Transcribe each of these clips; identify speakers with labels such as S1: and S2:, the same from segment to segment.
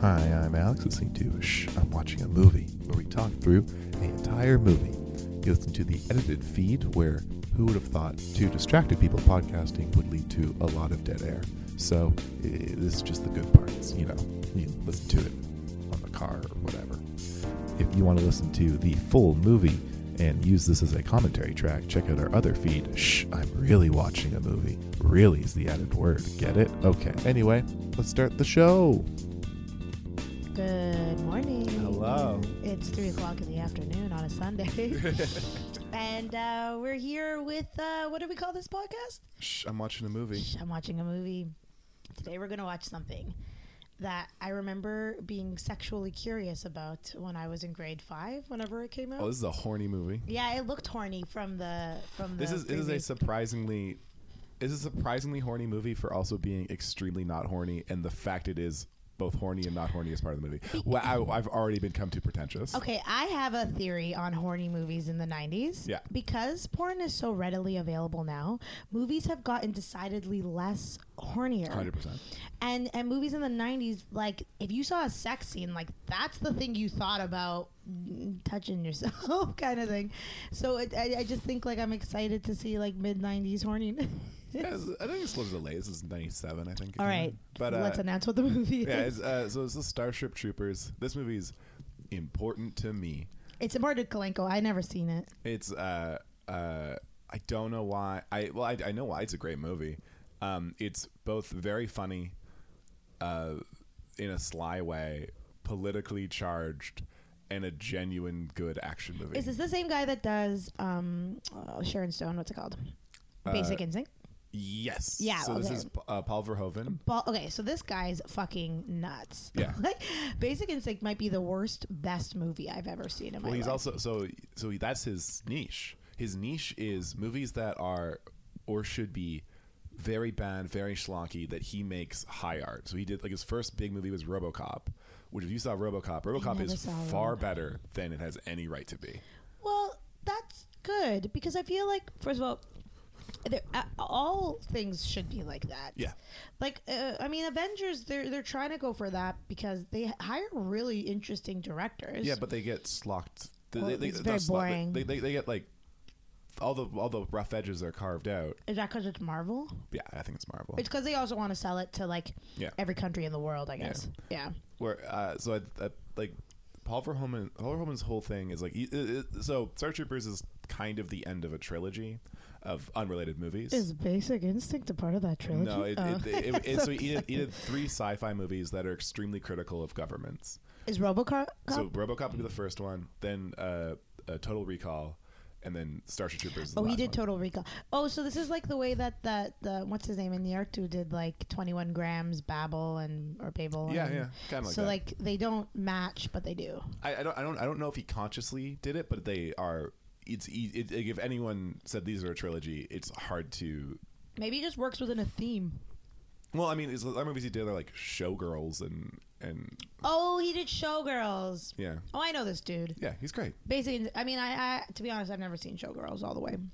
S1: Hi, I'm Alex, listening to Shh, I'm Watching a Movie, where we talk through an entire movie. You listen to the edited feed, where who would have thought two distracted people podcasting would lead to a lot of dead air? So, i this is just the good parts, you know. You can listen to it on the car or whatever. If you want to listen to the full movie and use this as a commentary track, check out our other feed. Shh, I'm really watching a movie. Really is the added word. Get it? Okay. Anyway, let's start the show.
S2: Good morning.
S1: Hello.
S2: It's three o'clock in the afternoon on a Sunday, and uh, we're here with uh, what do we call this podcast?
S1: Shh, I'm watching a movie.
S2: Shh, I'm watching a movie. Today we're gonna watch something that I remember being sexually curious about when I was in grade five. Whenever it came out,
S1: Oh, this is a horny movie.
S2: yeah, it looked horny from the from the.
S1: This is this is a
S2: preview.
S1: surprisingly this is a surprisingly horny movie for also being extremely not horny, and the fact it is both horny and not horny is part of the movie. Well, I, I've already become too pretentious.
S2: Okay, I have a theory on horny movies in the 90s.
S1: Yeah.
S2: Because porn is so readily available now, movies have gotten decidedly less hornier.
S1: Hundred percent.
S2: And and movies in the 90s like if you saw a sex scene like that's the thing you thought about mm, touching yourself kind of thing. So it, I, I just think like I'm excited to see like mid 90s horniness.
S1: Yeah, it's- I think it's a little delayed. This is '97, I think.
S2: All right.
S1: but uh,
S2: let's announce what the movie
S1: yeah,
S2: is.
S1: it's, uh, so it's the Starship Troopers. This movie's important to me.
S2: It's Marta Kalenko. I never seen it.
S1: It's uh uh I don't know why I well I, I know why it's a great movie. Um, it's both very funny, uh, in a sly way, politically charged, and a genuine good action movie.
S2: Is this the same guy that does um oh, Sharon Stone? What's it called?
S1: Uh,
S2: Basic Instinct.
S1: yes.
S2: Yeah,
S1: So this
S2: okay.
S1: is uh, Paul Verhoeven.
S2: Ball, okay, so this guy's fucking nuts.
S1: Yeah.
S2: like, Basic Instinct might be the worst, best movie I've ever seen in my
S1: Well, he's
S2: life.
S1: also so so that's his niche. His niche is movies that are or should be very bad, very schlocky that he makes high art. So he did like his first big movie was RoboCop, which if you saw RoboCop, RoboCop
S2: never
S1: is
S2: saw
S1: far
S2: RoboCop.
S1: better than it has any right to be.
S2: well, that's good because I feel like, first of all, there, uh, all things should be like that.
S1: Yeah.
S2: Like, uh, I mean, Avengers, they're, they're trying to go for that because they hire really interesting directors.
S1: Yeah, but they get slocked. They,
S2: Well,
S1: they, they,
S2: it's
S1: not
S2: very
S1: slocked, but
S2: boring.
S1: They, they, they get like all the all the rough edges are carved out.
S2: Is that because it's Marvel?
S1: Yeah, I think it's Marvel.
S2: It's because they also want to sell it to, like,
S1: Yeah.
S2: every country in the world, I guess. Yeah.
S1: where uh, so I, I like Paul Verhoeven. Paul Verhoeven's whole thing is like he, it, it- so. Star Troopers is kind of the end of a trilogy of unrelated movies.
S2: Is Basic Instinct a part of that trilogy?
S1: no, it,
S2: Oh.
S1: it, it, it, so,
S2: So
S1: he, did, he
S2: excited.
S1: did three sci-fi movies that are extremely critical of governments.
S2: Is RoboCop?
S1: So RoboCop would be the first one, then uh, uh, Total Recall, and then Starship Troopers. Is the
S2: oh, he
S1: last
S2: did
S1: one.
S2: Total Recall. Oh, so this is like the way that that the what's his name in New York too did like Twenty One Grams, Babel, and or Babel.
S1: Yeah,
S2: and-
S1: yeah, kinda like
S2: so
S1: that.
S2: like they don't match, but they do.
S1: I, I don't, I don't, I don't know if he consciously did it, but they are. It's e- it, like if anyone said these are a trilogy, it's hard to
S2: Maybe it just works within a theme.
S1: Well, I mean, it's, other movies he did are like Showgirls and and
S2: Oh, he did Showgirls.
S1: yeah,
S2: Oh, I know this dude.
S1: yeah, he's great.
S2: Basically, I mean, I, I to be honest, I've never seen Showgirls all the way. Once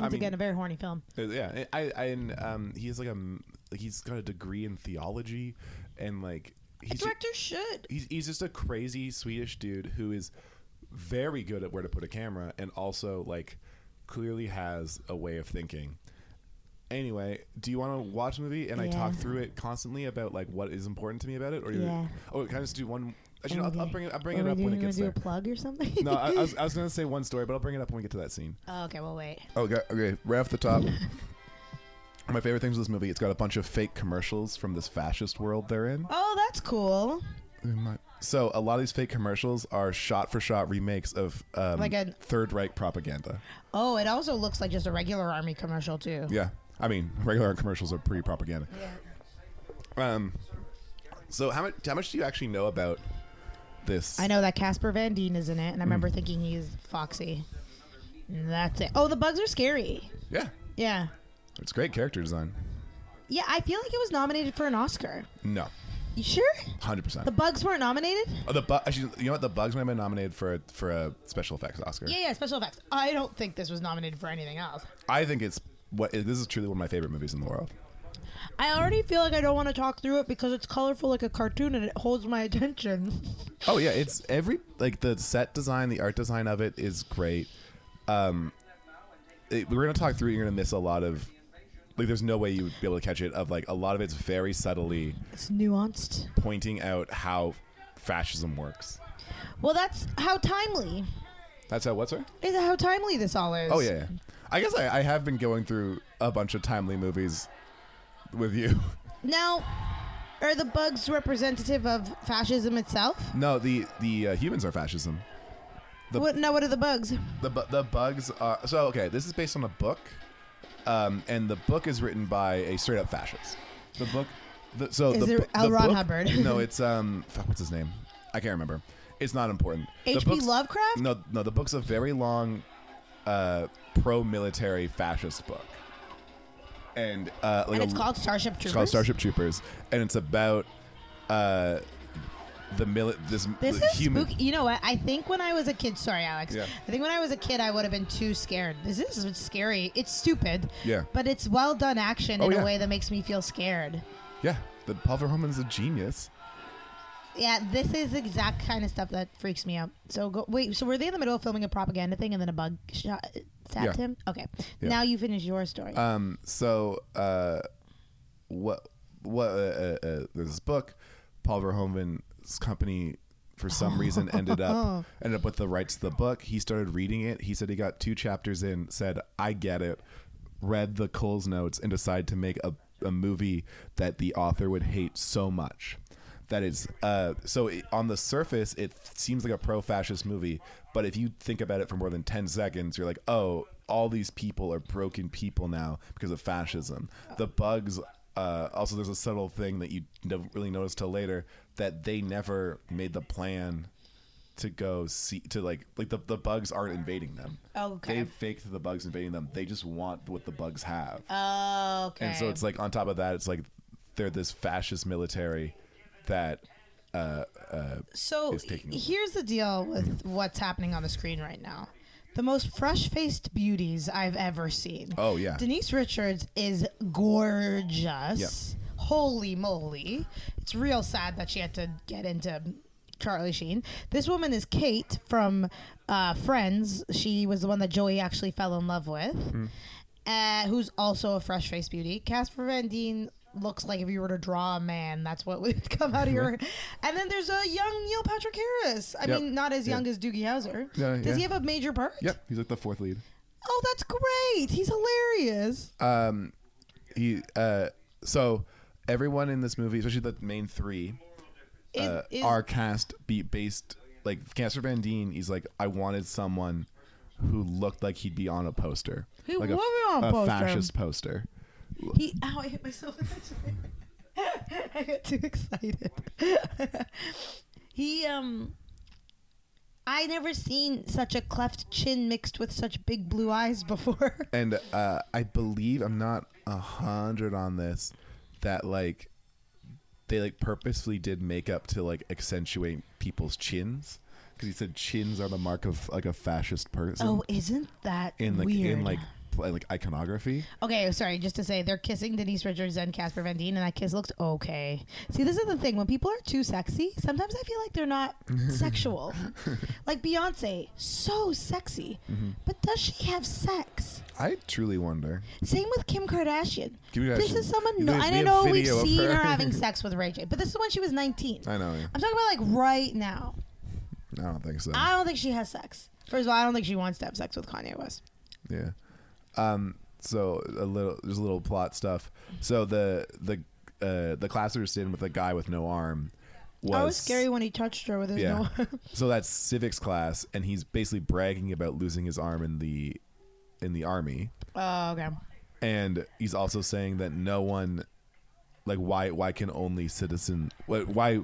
S1: I mean-
S2: again, a very horny film.
S1: Uh, yeah, I, I and um, he has like a m- like he's got a degree in theology, and like
S2: A
S1: he's
S2: director should.
S1: he's he's just a crazy Swedish dude who is very good at where to put a camera and also like clearly has a way of thinking. Anyway, do you want to watch a movie and I talk
S2: Yeah.
S1: through it constantly about like what is important to me about it, or you-
S2: Yeah.
S1: oh, can I just do one? Actually, I'll, I'll
S2: Okay.
S1: bring it. I'll bring
S2: What
S1: it
S2: are
S1: up
S2: we
S1: when
S2: doing?
S1: it
S2: You
S1: gets there.
S2: wanna do a plug or something.
S1: No, I, I was, I was going to say one story, but I'll bring it up when we get to that scene.
S2: oh, okay, well wait.
S1: Okay, okay, right off the top. My favorite things with this movie, it's got a bunch of fake commercials from this fascist world they're in.
S2: Oh, that's cool.
S1: So a lot of these fake commercials are shot-for-shot remakes of um,
S2: Like a-
S1: Third Reich propaganda.
S2: Oh, it also looks like just a regular army commercial too.
S1: Yeah, I mean, regular commercials are pretty propaganda. Um, so how much how much do you actually know about this?
S2: I know that Casper Van Dien is in it, and I
S1: Mm.
S2: remember thinking he's Foxy. And that's it. Oh, the bugs are scary.
S1: Yeah,
S2: Yeah.
S1: it's great character design.
S2: Yeah, I feel like it was nominated for an Oscar.
S1: No,
S2: You sure?
S1: hundred percent.
S2: The bugs weren't nominated?
S1: Oh, the bu- actually, you know what? The Bugs might have been nominated for a, for a special effects Oscar.
S2: Yeah, yeah, special effects. I don't think this was nominated for anything else.
S1: I think it's what this is truly one of my favorite movies in the world.
S2: I already feel like I don't want to talk through it because it's colorful like a cartoon and it holds my attention.
S1: Oh yeah, it's every like the set design, the art design of it is great. Um, it- we're gonna talk through. You're gonna miss a lot of like. There's no way you would be able to catch it. Of like a lot of it's very subtly
S2: It's nuanced.
S1: pointing out how fascism works.
S2: Well, that's how timely
S1: That's how what's her?
S2: is how timely this all is.
S1: Oh yeah, yeah. I guess I, I have been going through a bunch of timely movies with you.
S2: Now, are the bugs representative of fascism itself?
S1: No, the the uh, humans are fascism. The-
S2: what? No. What are the bugs?
S1: The bu- the bugs are so okay. This is based on a book, um, and the book is written by a straight up fascist. The book, the, so
S2: Is
S1: the,
S2: it
S1: bu-
S2: L.
S1: the
S2: Ron
S1: book-
S2: Hubbard?
S1: no, it's um, fuck, what's his name? I can't remember. It's not important. The
S2: H.P.
S1: book's-
S2: Lovecraft.
S1: No, no, the book's a very long, uh, pro military fascist book, and uh, like
S2: and
S1: a-
S2: it's called Starship Troopers.
S1: it's called Starship Troopers, and it's about uh, the mili- this
S2: This
S1: the
S2: is
S1: human.
S2: spooky. You know what? I think when I was a kid, sorry, Alex.
S1: Yeah.
S2: I think when I was a kid, I would have been too scared. This is scary. It's stupid.
S1: Yeah.
S2: But it's well done action
S1: Oh,
S2: in
S1: yeah.
S2: a way that makes me feel scared.
S1: Yeah, the Paul Verhoeven's a genius.
S2: Yeah, this is exact kind of stuff that freaks me out. So go wait. So were they in the middle of filming a propaganda thing and then a bug shot stabbed
S1: Yeah.
S2: him? Okay.
S1: Yeah.
S2: Now you finish your story.
S1: Um, so uh, what? What? Uh, uh, uh, there's this book. Paul Verhoeven's company, for some reason, ended up ended up with the rights to the book. He started reading it. He said he got two chapters in. Said I get it. Read the Coles notes and decided to make a a movie that the author would hate so much. That is, uh, so it, on the surface, it seems like a pro-fascist movie. But if you think about it for more than ten seconds, you're like, oh, all these people are broken people now because of fascism. The bugs. Uh, also, there's a subtle thing that you don't really notice till later that they never made the plan to go see to like like the, the bugs aren't invading them.
S2: Oh, Okay.
S1: They faked the bugs invading them. They just want what the bugs have.
S2: okay.
S1: And so it's like on top of that, it's like they're this fascist military that
S2: So
S1: is taking over.
S2: here's the deal with what's happening on the screen right now. The most fresh-faced beauties I've ever seen.
S1: Oh, yeah.
S2: Denise Richards is gorgeous. Holy moly. It's real sad that she had to get into Charlie Sheen. This woman is Kate from uh, Friends. She was the one that Joey actually fell in love with.
S1: Hmm.
S2: Uh, who's also a fresh faced beauty. Casper Van Dien looks like if you were to draw a man, that's what would come out of your. And then there's a young Neil Patrick Harris. I
S1: Mm-hmm. Yep.
S2: mean, not as
S1: Yeah.
S2: young as Doogie Howser.
S1: Yeah,
S2: Does
S1: yeah.
S2: he have a major part?
S1: Yep, he's like the fourth lead.
S2: Oh, that's great. He's hilarious.
S1: Um he uh so everyone in this movie, especially the main three,
S2: Is-
S1: uh,
S2: is-
S1: our cast be based like Cancer Van Deen. He's like, I wanted someone who looked like he'd be on a poster,
S2: He
S1: like
S2: would be on a
S1: a
S2: poster.
S1: fascist poster.
S2: He, ow, I hit myself. in the chin. I got too excited. he, um, I never seen such a cleft chin mixed with such big blue eyes before.
S1: And uh, I believe I'm not a hundred on this that like they like purposefully did makeup to like accentuate people's chins because he said chins are the mark of like a fascist person
S2: oh, isn't that
S1: in like
S2: weird?
S1: in like pl- like iconography.
S2: okay, sorry, just to say, they're kissing Denise Richards and Casper Van Dien, and that kiss looked okay. See, this is the thing. When people are too sexy, sometimes I feel like they're not sexual. like Beyonce, so sexy.
S1: Mm-hmm.
S2: But does she have sex?
S1: I truly wonder.
S2: Same with Kim Kardashian.
S1: Kim Kardashian.
S2: This is someone.
S1: We-
S2: No,
S1: we
S2: I
S1: have
S2: know we've
S1: video of
S2: seen her.
S1: her.
S2: having sex with Ray J, but this is when she was 19.
S1: I know. yeah.
S2: I'm talking about like right now.
S1: I don't think so.
S2: I don't think she has sex. First of all, I don't think she wants to have sex with Kanye West.
S1: Yeah. Um. So a little, there's a little plot stuff. So the the uh, the class we were sitting with a guy with no arm was
S2: I was scary when he touched her with his
S1: Yeah.
S2: no.
S1: so that's civics class, and he's basically bragging about losing his arm in the in the army,
S2: oh, okay.
S1: and he's also saying that no one, like, why why can only citizen why. why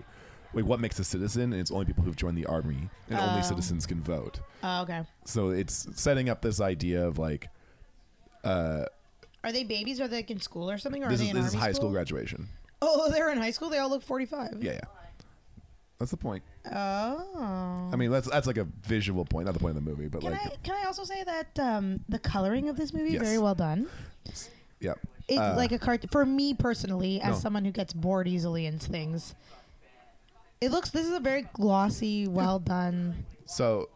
S1: Wait, what makes a citizen? And it's only people who've joined the army, and
S2: Oh.
S1: only citizens can vote.
S2: Oh, okay.
S1: So it's setting up this idea of like
S2: Are they babies? Are they like in school or something? Or
S1: this
S2: are they
S1: is
S2: in
S1: this is
S2: army
S1: high school graduation.
S2: Oh, they're in high school. They all look 45.
S1: Yeah, yeah. That's the point.
S2: Oh.
S1: I mean, that's that's like a visual point, not the point of the movie, but
S2: Can
S1: like,
S2: I can I also say that um, the coloring of this movie
S1: Yes.
S2: very well done.
S1: Yeah.
S2: It,
S1: Uh,
S2: like a cart for me personally, as
S1: No.
S2: someone who gets bored easily and things. It looks. This is a very glossy, well done.
S1: So,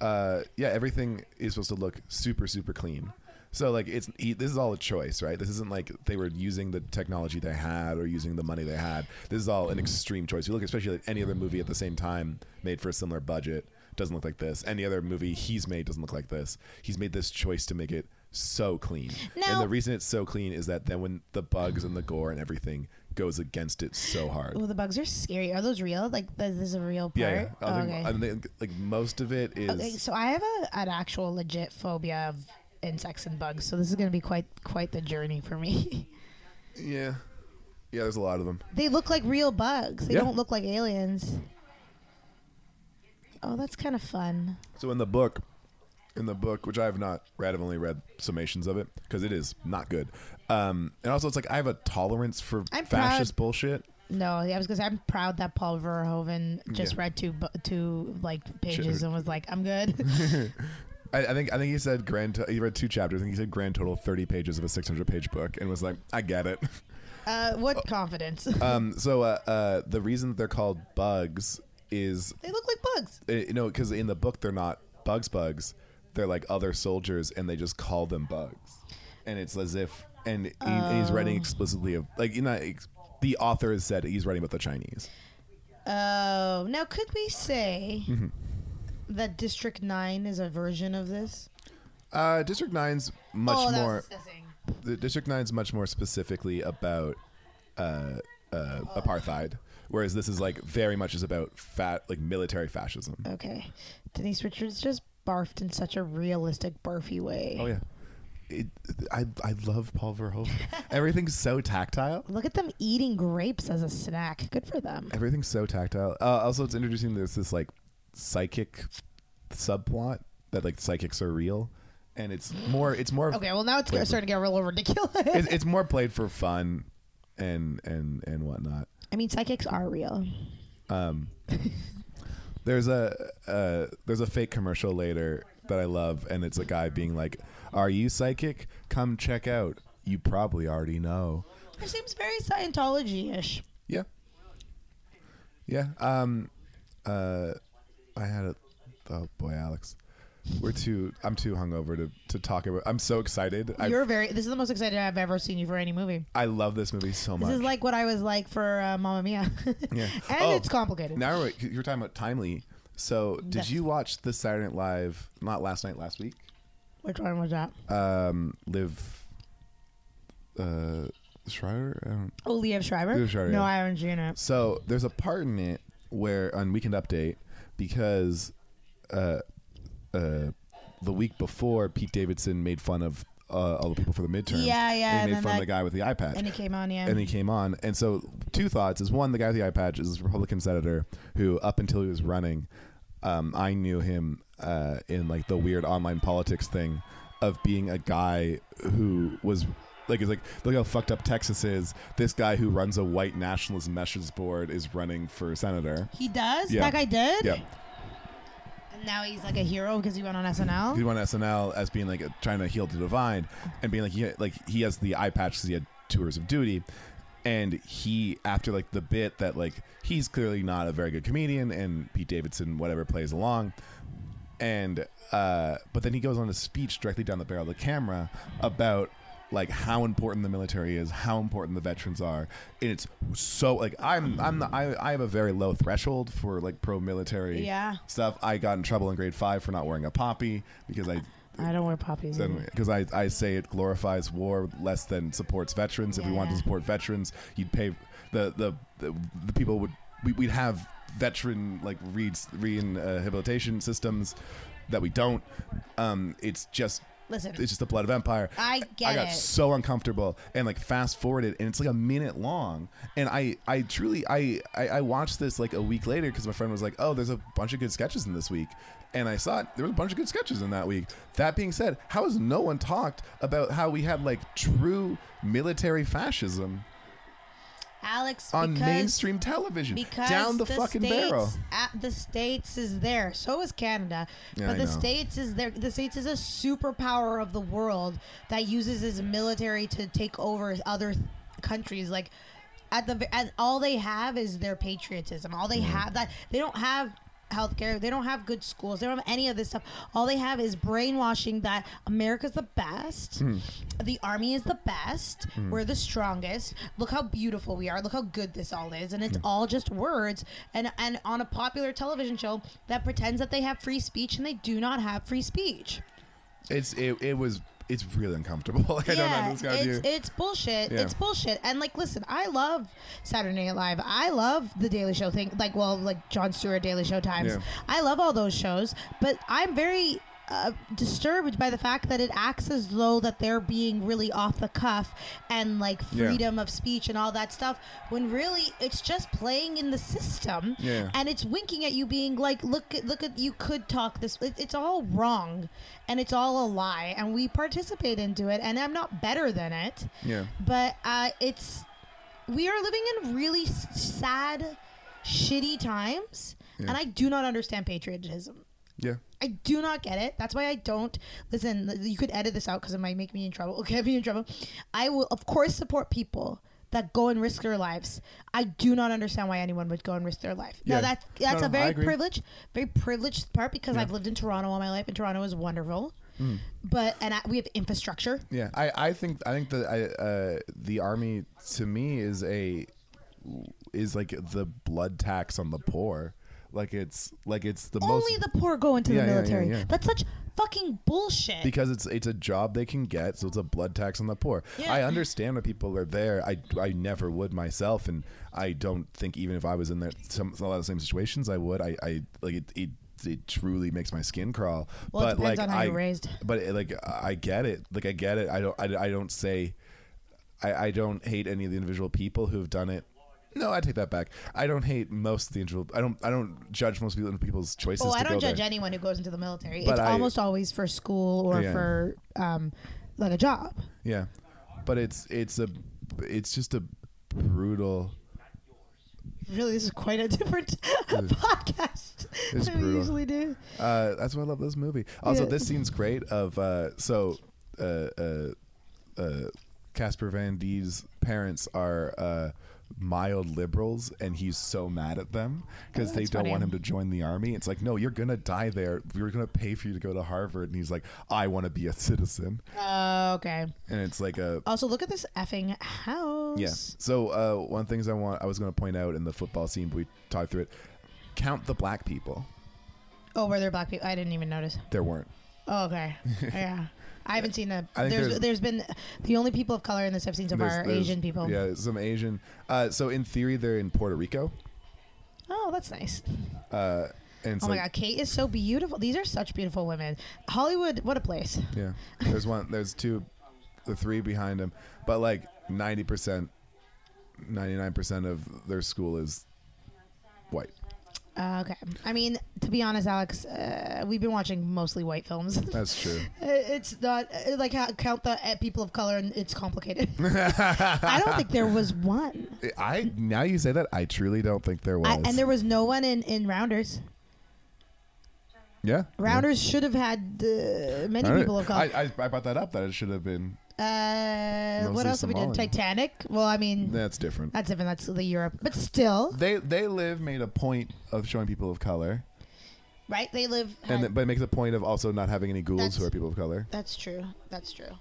S1: uh, yeah, everything is supposed to look super, super clean. So, like, it's he, this is all a choice, right? This isn't like they were using the technology they had or using the money they had. This is all an extreme choice. You look, especially at any other movie at the same time made for a similar budget doesn't look like this. Any other movie he's made doesn't look like this. He's made this choice to make it so clean.
S2: Now-
S1: and the reason it's so clean is that then when the bugs and the gore and everything goes against it so hard.
S2: Oh, the bugs are scary. Are those real? Like, this is a real part.
S1: yeah, yeah.
S2: Oh,
S1: I think-
S2: okay.
S1: I think, like most of it is
S2: Okay, so I have a, an actual legit phobia of insects and bugs. So this is going to be quite quite the journey for me.
S1: Yeah. Yeah, there's a lot of them.
S2: they look like real bugs. They
S1: Yeah.
S2: don't look like aliens. Oh, that's kind of fun.
S1: So in the book, in the book, which I have not read, I've only read summations of it because it is not good. Um, and also, it's like I have a tolerance for
S2: I'm
S1: fascist bullshit.
S2: No, yeah, I was gonna say I'm proud that Paul Verhoeven just
S1: Yeah.
S2: read two bu- two like pages
S1: Sure.
S2: and was like, "I'm good."
S1: I, I think I think he said grand. To- he read two chapters. I think he said grand total thirty pages of a six hundred page book, and was like, I get it.
S2: uh,
S1: Oh.
S2: what confidence?
S1: um, so uh, uh, the reason that they're called bugs is
S2: they look like bugs.
S1: uh, you know because in the book they're not bugs bugs they're like other soldiers and they just call them bugs and it's as if and, he, and he's
S2: Oh.
S1: writing explicitly of like you know ex- the author has said he's writing about the chinese
S2: Oh, now could we say
S1: Mm-hmm.
S2: that District Nine is a version of this?
S1: uh, district 9's much
S2: oh, that
S1: more
S2: was disgusting.
S1: the district 9's much more specifically about uh, uh, apartheid whereas this is like very much is about fat like military fascism
S2: Okay, Denise Richards just barfed in such a realistic barfy way.
S1: oh yeah it, I, I love Paul Verhoeven. Everything's so tactile.
S2: Look at them eating grapes as a snack. Good for them.
S1: Everything's so tactile. Uh, also, it's introducing this this like psychic subplot that like psychics are real, and it's more it's more
S2: Okay, well now it's
S1: Wait,
S2: starting to get a little ridiculous.
S1: it's, it's more played for fun and and and whatnot.
S2: I mean, psychics are real.
S1: Um, there's a uh, there's a fake commercial later that I love, and it's a guy being like, "Are you psychic? Come check out. You probably already know."
S2: It seems very Scientology-ish.
S1: Yeah. Yeah. Um uh I had a oh boy, Alex. We're too I'm too hungover to, to talk about I'm so excited. I
S2: You're very. This is the most excited I've ever seen you for any movie.
S1: I love this movie so
S2: This
S1: much.
S2: is like what I was like for uh, Mamma Mia.
S1: Yeah.
S2: and
S1: Oh,
S2: it's complicated.
S1: now we're- you're talking about timely. So did
S2: Yes.
S1: you watch the Saturday Night Live not last night, last week?
S2: Which one was that?
S1: Um live uh Schreier? I don't
S2: Oh, Liev Schreiber.
S1: Liev Schreiber,
S2: no,
S1: yeah.
S2: I haven't seen it.
S1: So there's a part in it where on Weekend Update because uh, uh, the week before Pete Davidson made fun of uh, all the people for the midterm.
S2: Yeah, yeah,
S1: And
S2: and
S1: he made
S2: then
S1: fun of
S2: that-
S1: the guy with the iPad.
S2: And it came on, yeah.
S1: And he came on. And so, two thoughts is one, the guy with the iPad is this Republican senator who, up until he was running, um, I knew him uh, in like the weird online politics thing of being a guy who was like, is like, look how fucked up Texas is. This guy who runs a white nationalist message board is running for senator.
S2: he does.
S1: Yeah.
S2: That guy did.
S1: Yeah.
S2: And now he's like a hero because he went on SNL.
S1: He went on SNL as being like trying to heal the divide and being like he like he has the eye patch because he had tours of duty, and he after like the bit that like he's clearly not a very good comedian and Pete Davidson whatever plays along, and uh, but then he goes on a speech directly down the barrel of the camera about like how important the military is, how important the veterans are, and it's so like I'm I'm the, I I have a very low threshold for like pro military
S2: Yeah.
S1: stuff. I got in trouble in grade five for not wearing a poppy because I
S2: I don't wear poppies. either.
S1: because I, I say it glorifies war less than supports veterans. if we
S2: Yeah,
S1: wanted to
S2: yeah.
S1: support veterans, you'd pay the the the, the people would we, we'd have veteran like re rehabilitation systems that we don't. Um, it's just
S2: Listen,
S1: it's just the blood of empire.
S2: I get
S1: I got
S2: it.
S1: so uncomfortable and like fast forwarded and it's like a minute long and I I truly I I, I watched this like a week later because my friend was like oh there's a bunch of good sketches in this week and I saw it there was a bunch of good sketches in that week. That being said, how has no one talked about how we had like true military fascism
S2: Alex
S1: on
S2: because-
S1: mainstream television.
S2: because
S1: down the, fucking
S2: states,
S1: barrel.
S2: At the states is there. So is Canada.
S1: Yeah,
S2: but
S1: I
S2: the
S1: know.
S2: states is there. The states is a superpower of the world that uses its military to take over other th- countries. Like at the v- at, all they have is their patriotism. All they have that they don't have healthcare. They don't have good schools. They don't have any of this stuff. All they have is brainwashing that America's the best. The army is the best. We're the strongest. Look how beautiful we are. Look how good this all is. And it's all just words and and on a popular television show that pretends that they have free speech and they do not have free speech.
S1: It's it, it was it's really uncomfortable. Like, I don't know this guy
S2: it's,
S1: do.
S2: it's bullshit.
S1: Yeah.
S2: It's bullshit. And like, listen, I love Saturday Night Live. I love the Daily Show thing. Like, well, like John Stewart, Daily Show Times.
S1: Yeah.
S2: I love all those shows. But I'm very uh, disturbed by the fact that it acts as though that they're being really off the cuff and like
S1: Yeah.
S2: freedom of speech and all that stuff. When really, it's just playing in the system.
S1: Yeah.
S2: And it's winking at you, being like, "Look, at- look at you could talk this. It, it's all wrong, and it's all a lie, and we participate into it, and I'm not better than it,
S1: Yeah.
S2: but uh, it's we are living in really s- sad, shitty times,
S1: Yeah.
S2: and I do not understand patriotism.
S1: Yeah.
S2: I do not get it. That's why I don't listen. You could edit this out because it might make me in trouble. Get me in trouble. I will, of course, support people that go and risk their lives. I do not understand why anyone would go and risk their life.
S1: Yeah.
S2: Now that that's
S1: No,
S2: a
S1: no, I
S2: very
S1: agree.
S2: privileged, very privileged part because
S1: Yeah. Hmm.
S2: I've lived in Toronto all my life, and Toronto is wonderful. But and I, we have infrastructure.
S1: Yeah, I, I think I think the I, uh, the army to me is a is like the blood tax on the poor. Like it's like it's the most
S2: Only the poor go into
S1: Yeah,
S2: the
S1: yeah, yeah,
S2: military.
S1: yeah.
S2: That's such fucking bullshit.
S1: because it's it's a job they can get, so it's a blood tax on the poor.
S2: Yeah.
S1: I understand why people are there. I, I never would myself, and I don't think even if I was in there some a lot of the same situations, I would. I, I like it. it it truly makes my skin crawl.
S2: Well, it
S1: but
S2: depends
S1: like
S2: on how
S1: I,
S2: you're raised.
S1: But it, like I get it. Like I get it. I don't. I, I don't say. I, I don't hate any of the individual people who have done it. No, I take that back. I don't hate most of the individual. I don't. I don't judge most people people's choices.
S2: Oh,
S1: to
S2: I
S1: go
S2: don't judge
S1: there.
S2: anyone who goes into the military.
S1: But
S2: it's
S1: I-
S2: almost always for school or
S1: Yeah.
S2: for um, like a job.
S1: Yeah, but it's it's a it's just a brutal.
S2: Really, this is quite a different podcast
S1: It's
S2: than we
S1: brutal.
S2: usually do.
S1: Uh, that's why I love this movie. Also,
S2: Yeah.
S1: this scene's great. Of uh, so, uh, uh, uh, Casper Van Die's parents are. Uh, mild liberals and he's so mad at them because
S2: Oh,
S1: they
S2: that's
S1: don't want
S2: funny.
S1: him to join the army it's like no you're gonna die there we're gonna pay for you to go to harvard and he's like i want to be a citizen
S2: Uh, okay.
S1: and it's like a
S2: Also, look at this effing house.
S1: Yeah. So uh, one of the things I want I was going to point out in the football scene, but we talked through it. Count the black people.
S2: Oh, were there black people? I didn't even notice.
S1: There weren't.
S2: Oh, okay. yeah. I haven't seen the.
S1: I think
S2: There's,
S1: there's-
S2: there's been the only people of color in this I've seen so
S1: There's-
S2: far are
S1: there's-
S2: Asian people.
S1: Yeah, some Asian. Uh, so in theory, they're in Puerto Rico.
S2: Oh, that's nice.
S1: Uh, and so,
S2: oh my God, Kate is so beautiful. These are such beautiful women. Hollywood, what a place.
S1: Yeah. There's one. There's two, the three behind him. But like ninety percent, ninety nine percent of their school is white.
S2: Uh, okay. I mean, to be honest, Alex, uh, we've been watching mostly white films.
S1: That's true.
S2: It's not uh, like how count the uh, people of color, and it's complicated. I don't think there was one,
S1: I now you say that I truly don't think there was.
S2: I, and there was no one in in Rounders.
S1: yeah.
S2: Rounders should have had uh, many
S1: All right.
S2: people of color.
S1: I, I, I brought that up that it should have been.
S2: uh, what
S1: Mostly
S2: else have we done?
S1: Somali.
S2: Titanic. Well, I mean,
S1: That's different.
S2: that's different. That's the Europe, but still,
S1: They they live made a point of showing people of color,
S2: right? They live.
S1: and then, but it makes a point of also not having any ghouls who
S2: That's-
S1: are people of color.
S2: that's true. That's true.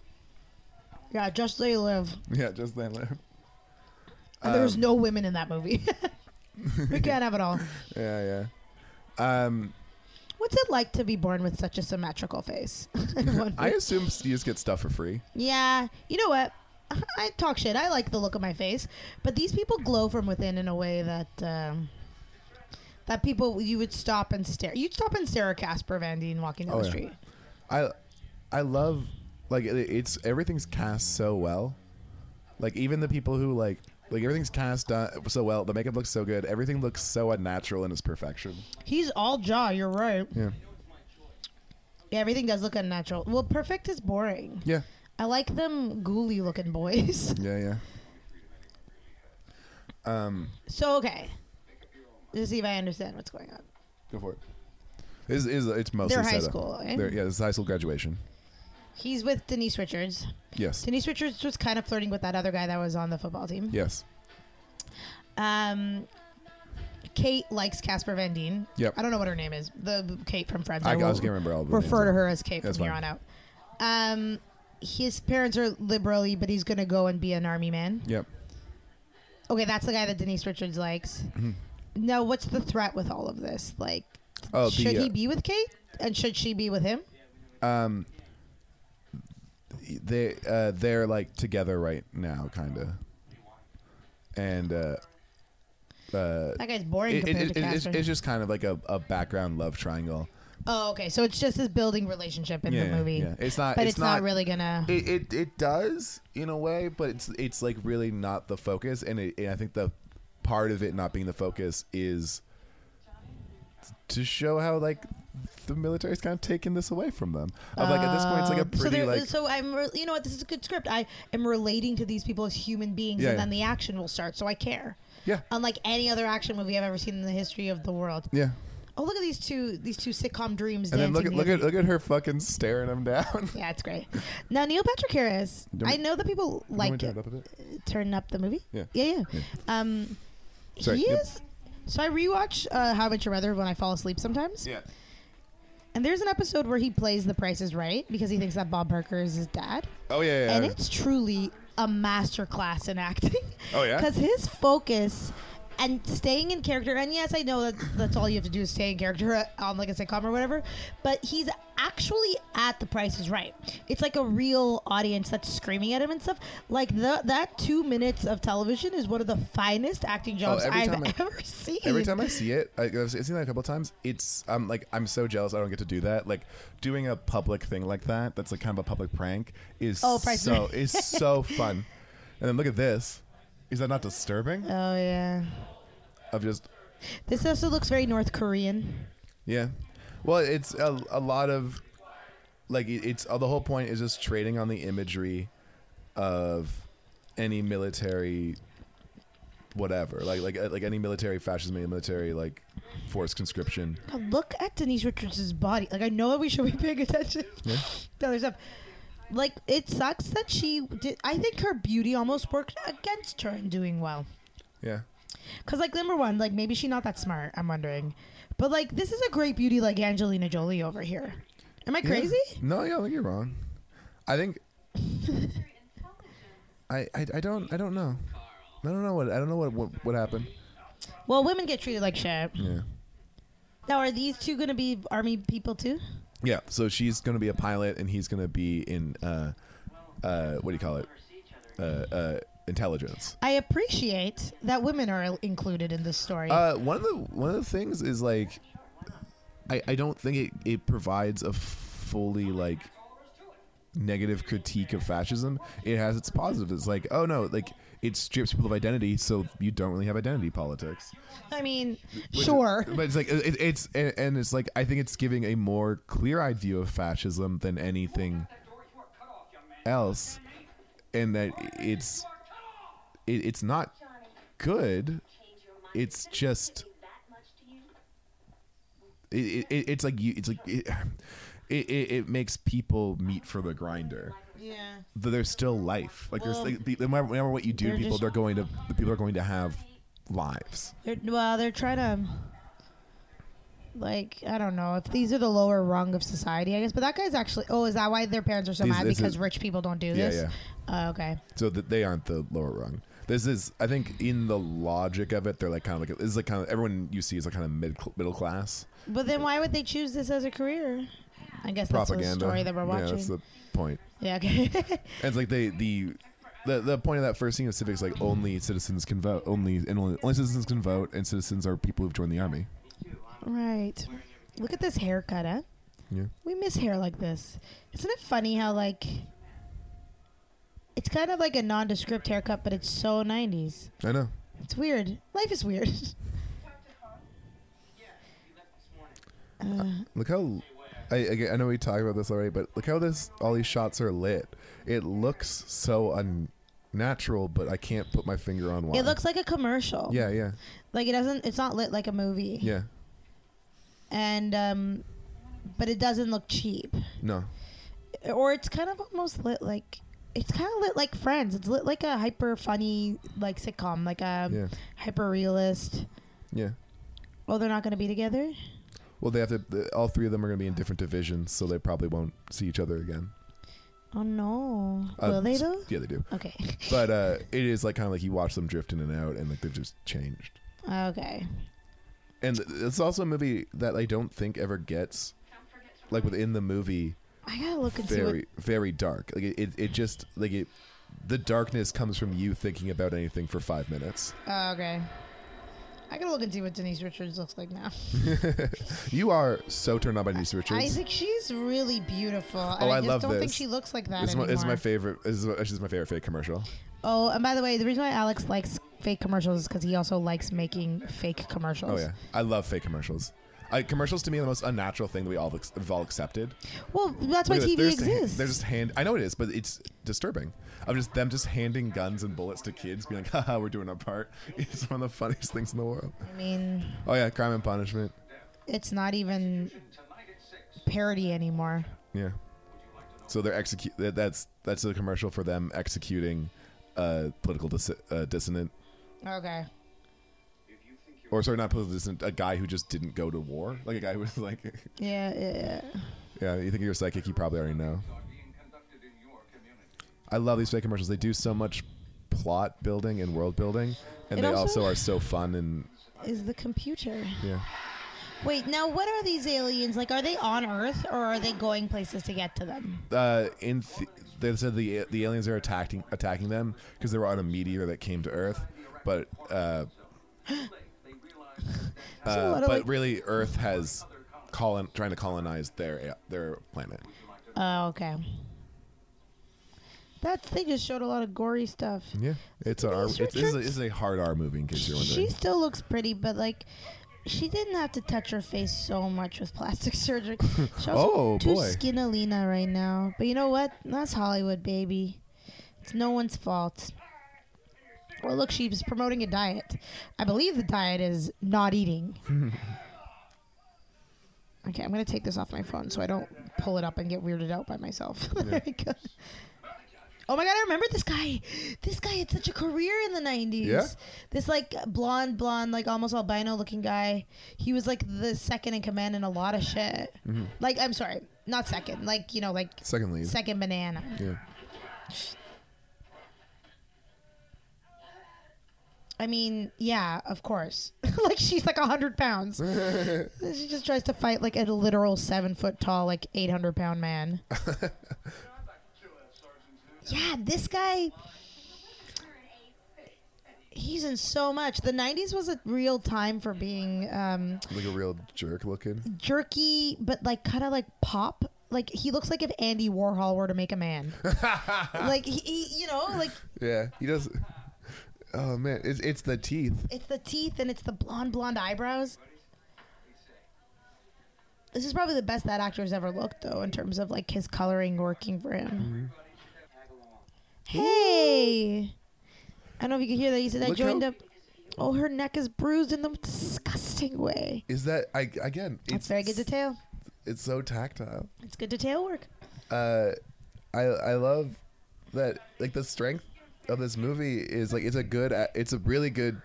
S2: Yeah, just they live.
S1: Yeah, just they live.
S2: And there's
S1: Um,
S2: no women in that movie. we can't have it all.
S1: Yeah, yeah. Um,
S2: What's it like to be born with such a symmetrical face? One
S1: I assume you just get stuff for free.
S2: Yeah, you know what? I talk shit. I like the look of my face, but these people glow from within in a way that um, that people you would stop and stare. You'd stop and stare at Casper Van Dien walking down
S1: Oh,
S2: the
S1: yeah.
S2: street.
S1: I I love like it, it's everything's cast so well. Like even the people who like like everything's cast done so well. The makeup looks so good. Everything looks so unnatural in its perfection.
S2: He's all jaw. You're right.
S1: Yeah,
S2: Yeah, everything does look unnatural. Well, perfect is boring.
S1: yeah,
S2: I like them ghouly looking boys.
S1: yeah, yeah. Um,
S2: So okay, to see if I understand what's going on.
S1: go for it. Is is it's mostly
S2: They're high
S1: set up.
S2: school. eh?
S1: Oh, They're- yeah, it's high school graduation.
S2: He's with Denise Richards.
S1: Yes,
S2: Denise Richards was kind of flirting with that other guy that was on the football team.
S1: yes,
S2: Um, Kate likes Casper Van Dien.
S1: Yep.
S2: I don't know what her name is. The Kate from Friends.
S1: I, I
S2: will
S1: was gonna remember all. the
S2: refer to
S1: names.
S2: her as Kate from
S1: That's
S2: here
S1: fine.
S2: on out. Um, his parents are liberally, but he's gonna go and be an army man.
S1: Yep.
S2: Okay, that's the guy that Denise Richards likes.
S1: Mhm.
S2: No, what's the threat with all of this? Like,
S1: Oh,
S2: should
S1: the, uh,
S2: he be with Kate, and should she be with him?
S1: um they uh they're like together right now kind of and uh uh
S2: That guy's boring
S1: it, it,
S2: compared
S1: it-
S2: to
S1: it's,
S2: Casper.
S1: it's just kind of like a, a background love triangle
S2: oh, okay. So it's just this building relationship in
S1: yeah,
S2: the movie,
S1: yeah it's not
S2: but
S1: it's, not,
S2: really gonna.
S1: it, it it does in a way but it's it's like really not the focus and, it, and i think the part of it not being the focus is to show how like the military's kind of taking this away from them of like at this point it's like a
S2: Uh,
S1: pretty
S2: so there-
S1: like
S2: so I'm re- you know what this is a good script. I am relating to these people as human beings,
S1: Yeah,
S2: and
S1: yeah.
S2: then the action will start. So I care.
S1: yeah
S2: Unlike any other action movie I've ever seen in the history of the world.
S1: yeah
S2: Oh, look at these two these two sitcom dreams.
S1: And then look at
S2: dancing
S1: look at
S2: together.
S1: look at her fucking staring him down.
S2: Yeah, it's great. Now Neil Patrick Harris.
S1: Do we-
S2: I know that people like it.
S1: a bit.
S2: turn up the movie.
S1: Yeah.
S2: yeah, yeah.
S1: Yeah.
S2: Um,
S1: Sorry,
S2: he
S1: yep.
S2: is. So I rewatch uh, How I Met Your Mother when I fall asleep sometimes,
S1: Yeah.
S2: and there's an episode where he plays The Price is Right because he thinks that Bob Barker is his dad.
S1: Oh yeah. yeah,
S2: and
S1: yeah.
S2: it's truly a masterclass in acting
S1: Oh yeah.
S2: because his focus and staying in character and yes i know that that's all you have to do is stay in character uh, on like a sitcom or whatever but he's actually at the price is right it's like a real audience that's screaming at him and stuff like the, that two minutes of television is one of the finest acting jobs
S1: Oh, every
S2: i've
S1: time I-
S2: ever seen
S1: Every time I see it, I, I've seen that a couple times. It's I'm like I'm so jealous I don't get to do that. Like doing a public thing like that, that's like kind of a public prank, is
S2: Oh, Price is
S1: so is so fun. And then look at this. Is that not disturbing?
S2: oh yeah
S1: Of just
S2: this also looks very north korean
S1: yeah. Well, it's a, a lot of like it- it's uh, the whole point is just trading on the imagery of any military whatever like like like any military fascism any military like forced conscription
S2: God, look at Denise Richards' body. Like I know that we should be paying attention
S1: Yeah.
S2: to other stuff. Like it sucks that she did. I think her beauty almost worked against her in doing well.
S1: yeah
S2: Cause like number one, like maybe she's not that smart. I'm wondering, but like this is a great beauty like Angelina Jolie over here. Am I crazy?
S1: Yeah. no yeah, i think you're wrong i think I, I i don't i don't know i don't know what i don't know what what, what happened
S2: Well, women get treated like shit.
S1: yeah
S2: Now, are these two gonna be army people too?
S1: yeah so she's gonna be a pilot and he's gonna be in uh uh what do you call it uh uh intelligence
S2: I appreciate that women are included in this story.
S1: Uh, one of the one of the things is like, I I don't think it it provides a fully like negative critique of fascism. It has its positives. It's like, oh no, like it strips people of identity, so you don't really have identity politics.
S2: I mean,
S1: Which-
S2: sure.
S1: but it's like it, it's and, and it's like I think it's giving a more clear-eyed view of fascism than anything else, and that it's it, it's not good. It's just it, it, it- it's like you it's like it, it, it, it makes people meet for the grinder.
S2: yeah.
S1: That there's still life. Like
S2: Well,
S1: there's like, the, no, matter, no matter what you do,
S2: they're
S1: people
S2: just-
S1: they're going to the people are going to have lives.
S2: They're, well, they're trying to, like, I don't know if these are the lower rung of society, I guess. But that guy's actually. Oh, is that why their parents are so
S1: These-
S2: mad?
S1: this
S2: Because
S1: is-
S2: rich people don't do
S1: Yeah,
S2: this.
S1: yeah.
S2: Oh, okay.
S1: so that they aren't the lower rung. This is, I think, in the logic of it, they're like kind of like this is like kind of everyone you see is like kind of mid middle class
S2: But then why would they choose this as a career? I guess that's the
S1: propaganda.
S2: story that we're
S1: Yeah, that's
S2: watching.
S1: the point.
S2: Yeah. okay.
S1: And it's like they the. The, the point of that first scene of civics like only citizens can vote only and only, only citizens can vote and citizens are people who've joined the army
S2: right. Look at this haircut, huh?
S1: yeah
S2: We miss hair like this. Isn't it funny how like. It's kind of like a nondescript haircut, but it's so 90s.
S1: I know
S2: It's weird. Life is weird. Uh,
S1: look how I, I I know we talked about this already but look how this all these shots are lit it looks so un natural, but I can't put my finger on why.
S2: It looks like a commercial.
S1: Uh, Yeah, yeah,
S2: Like it doesn't. It's not lit like a movie.
S1: yeah.
S2: And um, but it doesn't look cheap.
S1: No,
S2: Or it's kind of almost lit like. It's kind of lit like Friends. It's lit like a hyper funny like sitcom, like um, a
S1: yeah,
S2: hyper realist.
S1: yeah.
S2: Oh, they're not going to be together.
S1: Well, they have to. The, all three of them are going to be in different divisions, so they probably won't see each other again.
S2: Oh no.
S1: Uh,
S2: Will they
S1: s-
S2: though?
S1: Yeah, they do.
S2: Okay.
S1: But uh, it is like kind of like you watch them drift in and out, and like they've just changed.
S2: Okay.
S1: And th- it's also a movie that I don't think ever gets like within the movie
S2: I gotta look and see what
S1: very very dark. Like it, it, it just like it the darkness comes from you thinking about anything for five minutes.
S2: Oh, okay. I gotta look and see what Denise Richards looks like now.
S1: You are so turned on by Denise
S2: I
S1: Richards.
S2: think she's really beautiful. and
S1: Oh, I
S2: I, just
S1: love
S2: don't think
S1: this.
S2: she looks like that
S1: This is, my,
S2: anymore.
S1: this is my favorite. This is, this is my favorite fake commercial.
S2: oh, and by the way, the reason why Alex likes fake commercials is because he also likes making fake commercials.
S1: Oh yeah, I love fake commercials. I, commercials to me are the most unnatural thing that we all ex- have all accepted.
S2: Well, that's why
S1: Look at this.
S2: TV
S1: they're just,
S2: exists.
S1: They're just hand. I know it is, but it's disturbing. Of just them just handing guns and bullets to kids, being like, "Haha, we're doing our part." It's one of the funniest things in the world.
S2: I mean,
S1: Oh yeah, Crime and Punishment.
S2: it's not even parody anymore.
S1: Yeah. So they're execute. that- That's that's a commercial for them executing a political dis- uh, dissonant,
S2: Okay.
S1: or sorry, not political dissonant, a guy who just didn't go to war, like a guy who was like,
S2: Yeah, yeah, yeah.
S1: yeah, you think you're psychic, you probably already know. I love these fake commercials. They do so much plot building and world building, and
S2: It
S1: they
S2: also-
S1: also are so fun and
S2: Is the computer.
S1: yeah.
S2: Wait, now what are these aliens? Like, are they on Earth or are they going places to get to them?
S1: uh, in th- they said the the aliens are attacking attacking them because they were on a meteor that came to Earth, but uh,
S2: So
S1: uh,
S2: what do
S1: but
S2: we-
S1: really Earth has colon trying to colonize their their planet.
S2: Oh, okay. That's they just showed a lot of gory stuff.
S1: Yeah, it's a R,
S2: These
S1: it's, this, is a,
S2: Richards-
S1: this is a hard R movie in case you're
S2: She
S1: wondering.
S2: still looks pretty, but like she didn't have to touch her face so much with plastic surgery. She also
S1: Oh,
S2: too
S1: boy.
S2: skinalina right now. But you know what? That's Hollywood, baby. It's no one's fault. Well, look, she's promoting a diet. I believe the diet is not eating. okay, I'm gonna take this off my phone so I don't pull it up and get weirded out by myself. there we go. Oh my god, I remember this guy. This guy had such a career in the 90s.
S1: Yeah?
S2: This like blonde, blonde, like almost albino looking guy. He was like the second in command in a lot of shit. Like, I'm sorry, not second. Like, you know, like
S1: Secondly,
S2: second banana.
S1: yeah,
S2: I mean, yeah, of course. like, she's like 100 pounds. she just tries to fight like a literal seven foot tall, like 800 pound man. yeah, this guy. He's in so much. The 90s was a real time for being um,
S1: like a real jerk looking.
S2: jerky, but like kind of like pop. Like he looks like if Andy Warhol were to make a man. like he, he, you know, like
S1: Yeah, he does. Oh man, it's it's the teeth.
S2: it's the teeth and it's the blonde blonde eyebrows. This is probably the best that actor's ever looked though in terms of like his coloring working for him. Hey. I don't know if you can hear that. He said I
S1: Look
S2: joined
S1: how-
S2: up Oh, her neck is bruised in the most disgusting way.
S1: Is that I again? It's
S2: That's very good detail.
S1: It's so tactile.
S2: It's good detail work.
S1: uh, I I love that like the strength of this movie is like it's a good it's a really good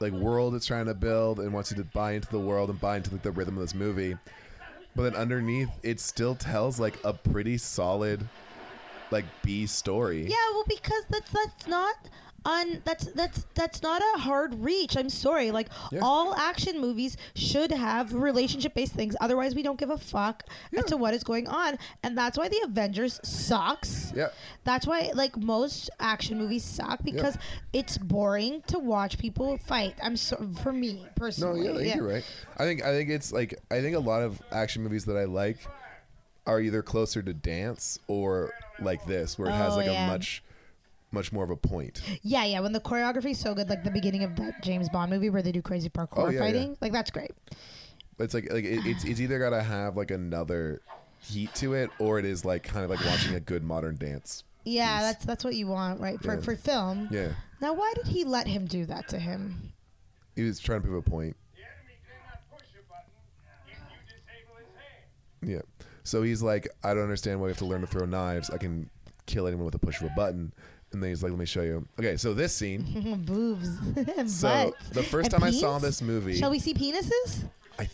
S1: like world it's trying to build and wants you to buy into the world and buy into like the rhythm of this movie, but then underneath it still tells like a pretty solid like B story.
S2: Yeah, well, because that's that's not on that's that's that's not a hard reach. I'm sorry. Like
S1: Yeah.
S2: all action movies should have relationship based things. Otherwise, we don't give a fuck as to what is going on, and that's why the Avengers sucks.
S1: Yeah.
S2: That's why like most action movies suck because it's boring to watch people fight. I'm so for me
S1: No,
S2: personally.
S1: yeah, I think you're right. I think I think it's like I think a lot of action movies that I like are either closer to dance or like this, where it has
S2: Oh,
S1: like
S2: yeah.
S1: a much much more of a point.
S2: Yeah, yeah. When the choreography's so good, like the beginning of that James Bond movie where they do crazy parkour
S1: Oh, yeah, yeah.
S2: fighting, like that's great.
S1: It's like like it, it's it's either gotta have like another heat to it, or it is like kind of like watching a good modern dance.
S2: Yeah,
S1: He's-
S2: that's that's what you want, right? For
S1: Yeah.
S2: for film.
S1: Yeah,
S2: Now, why did he let him do that to him?
S1: he was trying to prove a point.
S3: The enemy cannot push a button if you disable his hand.
S1: Yeah. So he's like, I don't understand why you have to learn to throw knives. I can kill anyone with a push of a button. And then he's like, let me show you. Okay, so this scene.
S2: Boobs. and
S1: So
S2: butts.
S1: the first
S2: And
S1: time I saw
S2: peens?
S1: this movie,
S2: Shall we see penises? Mm.
S1: I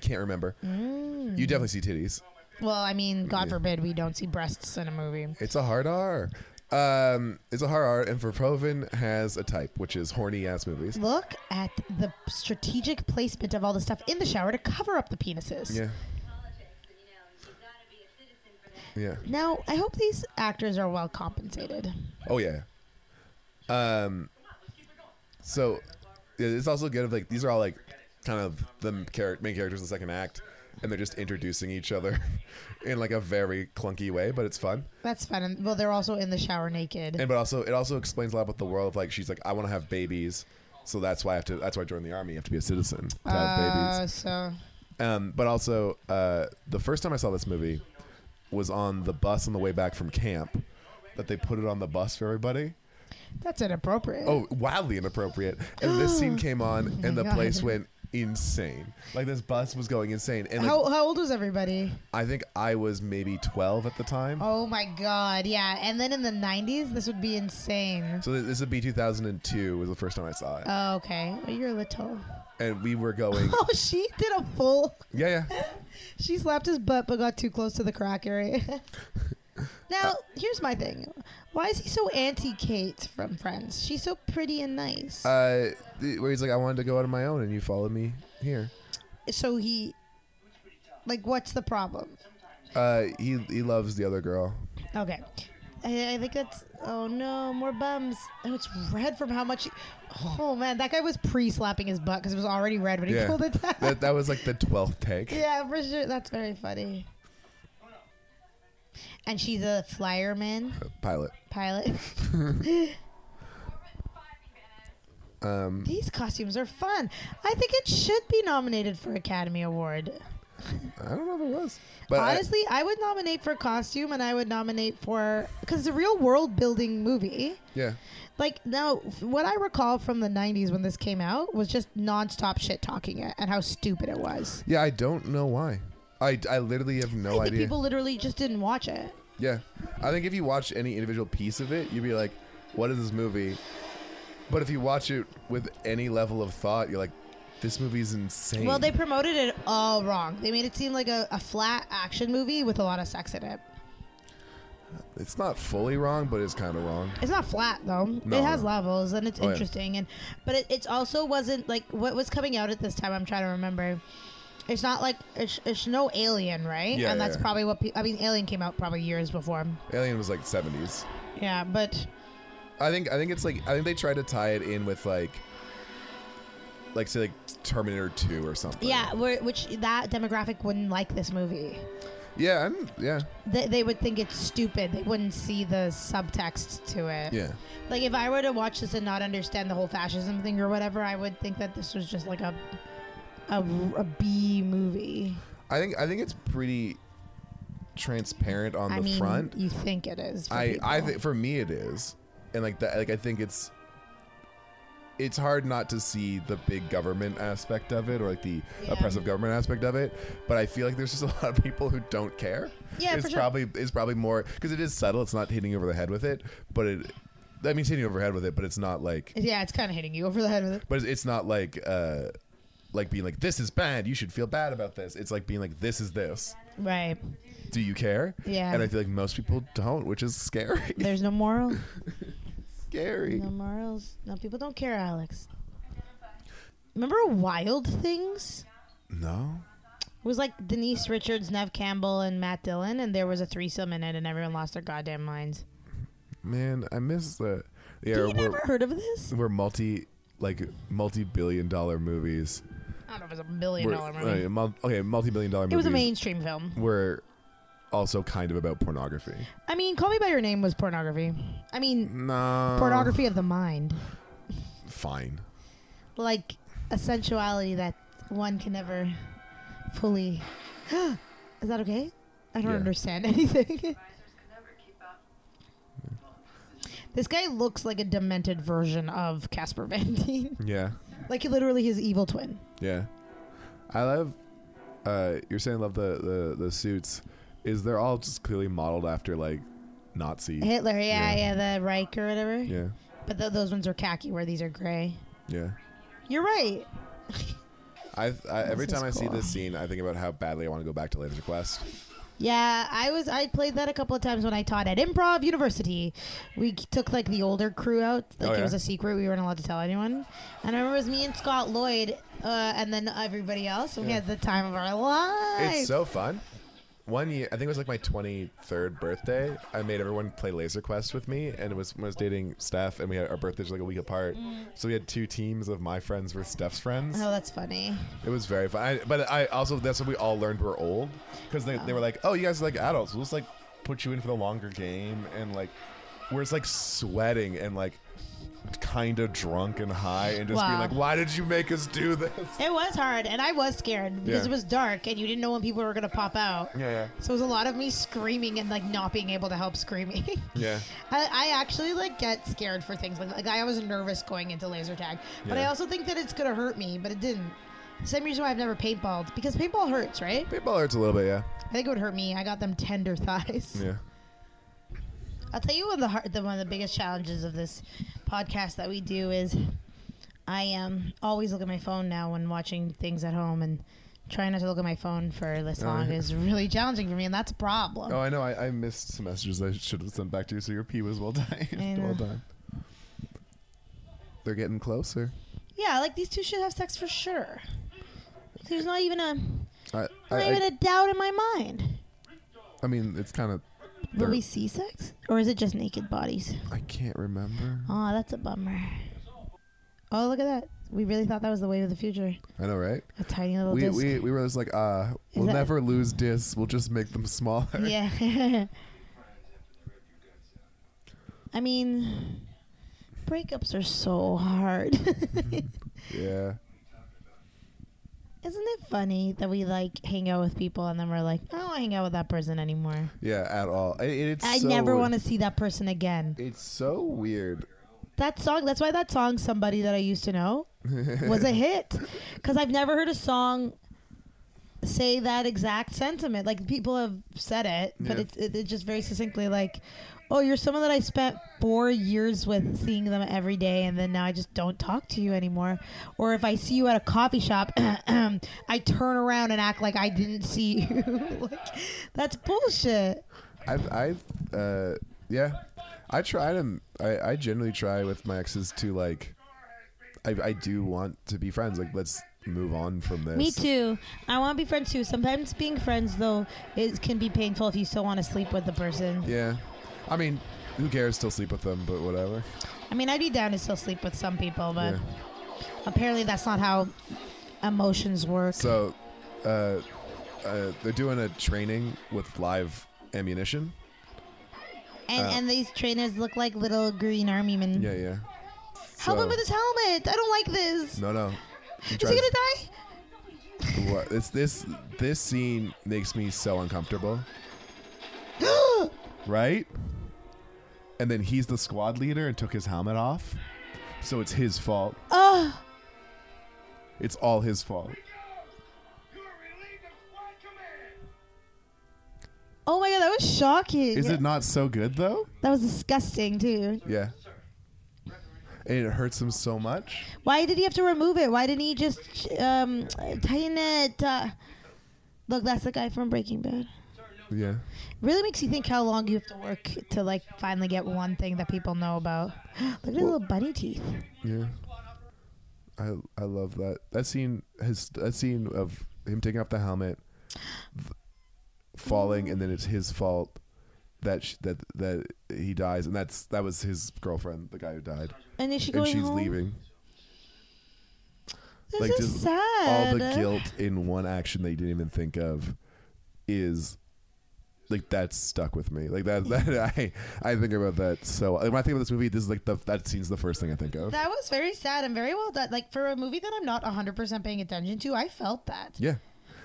S1: can't remember. You definitely see titties.
S2: Well, I mean, God forbid we don't see breasts in a movie.
S1: It's a hard R. Um, it's a hard R, and for Proven has a type, which is horny ass movies.
S2: Look at the strategic placement of all the stuff in the shower to cover up the penises.
S1: Yeah,
S4: politics, and you know, you gotta be a citizen for that.
S1: yeah.
S2: Now, I hope these actors are well compensated.
S1: Oh yeah. Um. So yeah, it's also good of like these are all like kind of the char- main characters in the second act, and they're just introducing each other in like a very clunky way, but it's fun.
S2: That's fun. And, well, they're also in the shower naked.
S1: And but also it also explains a lot about the world of like she's like I want to have babies. So that's why I have to. That's why I joined the army. You have to be a citizen to have
S2: uh,
S1: babies.
S2: so
S1: Um, but also, uh, the first time I saw this movie was on the bus on the way back from camp. That they put it on the bus for everybody.
S2: that's inappropriate.
S1: Oh, wildly inappropriate. And this scene came on, and the
S2: Oh God.
S1: place went insane. Like this bus was going insane, and like,
S2: How, how old was everybody?
S1: I think I was maybe twelve at the time.
S2: Oh my god, yeah. And then in the 90s, this would be insane.
S1: So th- this would be 2002 was the first time I saw it,
S2: Oh, okay. Well, you're little.
S1: and we were going.
S2: Oh, she did a full.
S1: yeah, yeah.
S2: She slapped his butt but got too close to the crack area. now, here's my thing. Why is he so anti Kate from Friends? She's so pretty and nice.
S1: Uh, th- where he's like, I wanted to go out on my own, and you followed me here.
S2: so he. Like, what's the problem?
S1: Uh, he he loves the other girl.
S2: Okay. I, I think that's. Oh no, more bums. Oh, it's red from how much. oh man, that guy was pre slapping his butt because it was already red when he
S1: Yeah.
S2: pulled it down.
S1: That that was like the twelfth take.
S2: Yeah, for sure. That's very funny. And she's a flyerman
S1: Pilot.
S2: pilot.
S1: Um,
S2: These costumes are fun. I think it should be nominated for Academy Award.
S1: I don't know if it was, but I-
S2: Honestly, I, would nominate for costume and I would nominate for because the real world building movie.
S1: yeah,
S2: Like now, f- what I recall from the '90s when this came out was just nonstop shit talking it and how stupid it was.
S1: yeah. I don't know why. I, I literally have no
S2: I think
S1: idea.
S2: people literally just didn't watch it.
S1: Yeah. I think if you watch any individual piece of it, you'd be like, what is this movie? But if you watch it with any level of thought, you're like, this movie's insane.
S2: Well, they promoted it all wrong. They made it seem like a, a flat action movie with a lot of sex in it.
S1: It's not fully wrong, but it's kind of wrong.
S2: It's not flat though.
S1: No,
S2: it has
S1: no.
S2: levels and it's
S1: Oh, yeah.
S2: interesting. And but it, it's also wasn't like what was coming out at this time. I'm trying to remember. It's not like it's, it's no Alien, right?
S1: Yeah,
S2: and
S1: yeah,
S2: that's
S1: yeah.
S2: probably what pe- I mean. Alien came out probably years before.
S1: Alien was like 70s.
S2: Yeah, but
S1: I think I think it's like I think they tried to tie it in with like like say like Terminator 2 or something.
S2: yeah, we which that demographic wouldn't like this movie.
S1: Yeah, I'm, yeah.
S2: They, they would think it's stupid. They wouldn't see the subtext to it.
S1: Yeah.
S2: Like if I were to watch this and not understand the whole fascism thing or whatever, I would think that this was just like a a, a B movie.
S1: I think I think it's pretty transparent on
S2: I
S1: the
S2: mean,
S1: front.
S2: you think it is. For
S1: I I
S2: people.
S1: think for me it is, and like that, like I think it's it's hard not to see the big government aspect of it or like the
S2: Yeah.
S1: oppressive government aspect of it. But I feel like there's just a lot of people who don't care.
S2: Yeah,
S1: it's
S2: for sure.
S1: probably it's probably more because it is subtle. It's not hitting you over the head with it, but it. I mean, it's hitting you over the head with it, but it's not like,
S2: Yeah, it's kind of hitting you over the head with it.
S1: but it's, it's not like, uh, like being like, this is bad. You should feel bad about this. It's like being like, this is this.
S2: Right.
S1: Do you care?
S2: Yeah.
S1: And I feel like most people don't, which is scary.
S2: There's no moral.
S1: scary.
S2: no morals. No, people don't care, Alex. Remember Wild Things?
S1: no?
S2: It was like Denise Richards, Nev Campbell, and Matt Dillon, and there was a threesome in it, and everyone lost their goddamn minds.
S1: Man, I miss the the
S2: Have
S1: era
S2: you
S1: where
S2: never heard of this?
S1: where multi like multi billion dollar movies.
S2: I don't know if it's a billion
S1: were-
S2: dollar movie.
S1: uh, mul- okay, multi billion dollar
S2: It was
S1: movies
S2: a mainstream film.
S1: were also kind of about pornography.
S2: I mean, Call Me by Your Name was pornography. I mean,
S1: No
S2: pornography
S1: Uh.
S2: of the mind,
S1: Fine.
S2: like a sensuality that one can never fully. Is that okay? I don't
S1: Yeah.
S2: understand anything.
S4: Advisors could never keep up.
S2: This guy looks like a demented version of Casper Van Dien.
S1: Yeah.
S2: like literally his evil twin.
S1: Yeah. I love uh you're saying love the the, the suits is they're all just clearly modeled after like Nazi.
S2: Hitler, yeah,
S1: Yeah.
S2: yeah, the Reich or whatever.
S1: Yeah.
S2: But th- those ones are khaki, where these are gray.
S1: Yeah.
S2: You're right.
S1: I, I every
S2: This is
S1: time I see
S2: cool.
S1: this scene, I think about how badly I want to go back to Laser Quest.
S2: Yeah, I was. I played that a couple of times when I taught at Improv University. We k- took like the older crew out. Like
S1: Oh, yeah?
S2: it was a secret. We weren't allowed to tell anyone. And I remember it was me and Scott Lloyd, uh, and then everybody else. and We had the time of our lives.
S1: It's so fun. One year, I think it was like my 23rd birthday. I made everyone play Laser Quest with me, and it was when I was dating Steph, and we had our birthdays like a week apart. So we had two teams of my friends versus Steph's friends.
S2: Oh, that's funny.
S1: It was very fun. I, but I also that's what we all learned we're old because they, they were like, oh, you guys are like adults. We'll just like put you in for the longer game, and like we're just like sweating and like kind of drunk and high, and just being
S2: Wow.
S1: like, why did you make us do this?
S2: It was hard, and I was scared because
S1: Yeah.
S2: it was dark, and you didn't know when people were gonna pop out.
S1: Yeah, yeah,
S2: So it was a lot of me screaming and like not being able to help screaming.
S1: yeah.
S2: I, I actually like get scared for things like that. like I was nervous going into laser tag, but I
S1: Yeah.
S2: also think that it's gonna hurt me, but it didn't. Same reason why I've never paintballed because paintball hurts, right?
S1: Paintball hurts a little bit, yeah,
S2: I think it would hurt me. I got them tender thighs.
S1: yeah.
S2: I'll tell you one of the, hard, the one of the biggest challenges of this podcast that we do is I um always look at my phone now when watching things at home and trying not to look at my phone for this
S1: Oh,
S2: long
S1: yeah.
S2: is really challenging for me, and that's a problem.
S1: Oh, I know. I, I missed some messages I should have sent back to you, so your pee was well timed.
S2: I know.
S1: well done. They're getting closer.
S2: Yeah, like these two should have sex for sure. There's not even a
S1: I,
S2: not
S1: I,
S2: even
S1: I,
S2: a doubt in my mind.
S1: I mean, it's kind of.
S2: Will we see sex, or is it just naked bodies?
S1: I can't remember.
S2: Oh, that's a bummer. Oh, look at that. We really thought that was the wave of the future.
S1: I know, right?
S2: A tiny little
S1: We,
S2: disc.
S1: we, we were just like, uh, we'll
S2: that-
S1: never lose discs. We'll just make them smaller.
S2: yeah. I mean, breakups are so hard.
S1: Yeah.
S2: Isn't it funny that we like hang out with people and then we're like, I don't want to hang out with that person anymore.
S1: Yeah, at all. I- it's
S2: I
S1: so
S2: never
S1: weird.
S2: want to see that person again.
S1: It's so weird.
S2: That song, that's why that song, Somebody That I Used to Know, was a hit. Because I've never heard a song say that exact sentiment. Like, people have said it, but
S1: Yeah.
S2: it's, it, it's just very succinctly like, oh, you're someone that I spent four years with seeing them every day, and then now I just don't talk to you anymore. Or if I see you at a coffee shop, I turn around and act like I didn't see you. like, that's bullshit.
S1: I, I, uh, yeah, I try to. I, I generally try with my exes to like. I, I do want to be friends. Like, let's move on from this.
S2: Me too. I want to be friends too. Sometimes being friends though it can be painful if you still want to sleep with the person.
S1: Yeah, I mean, who cares? Still sleep with them, but whatever.
S2: I mean, I'd be down to still sleep with some people, but
S1: Yeah.
S2: apparently that's not how emotions work.
S1: So, uh, uh, they're doing a training with live ammunition.
S2: and
S1: uh,
S2: and these trainers look like little green army men.
S1: Yeah, yeah.
S2: Help
S1: So-
S2: him with his helmet. I don't like this.
S1: No, no. He
S2: Is
S1: tries-
S2: he gonna die?
S1: What- It's this this scene makes me so uncomfortable. right? And then he's the squad leader and took his helmet off. So it's his fault.
S2: Ugh.
S1: It's all his fault.
S3: You are relieved of squad command.
S2: Oh my god, that was shocking.
S1: Is it not so good though?
S2: that was disgusting too.
S1: Yeah. And it hurts him so much.
S2: Why did he have to remove it? Why didn't he just um, tighten it? Uh, look, that's the guy from Breaking Bad.
S1: Yeah.
S2: really makes you think how long you have to work to like finally get one thing that people know about. Look at his little bunny teeth.
S1: Yeah. I I love that. That scene his that scene of him taking off the helmet th- falling and then it's his fault that sh- that that he dies and that's that was his girlfriend, the guy who died.
S2: And is she
S1: and
S2: going
S1: she's
S2: home?
S1: leaving.
S2: This
S1: Like,
S2: is
S1: just
S2: sad.
S1: All the guilt in one action that you didn't even think of is like that's stuck with me. Like that, that I I think about that so like, when I think about this movie, this is like the that scene's the first thing I think of.
S2: That was very sad and very well done. Like for a movie that I'm not 100% paying attention to, I felt that.
S1: yeah.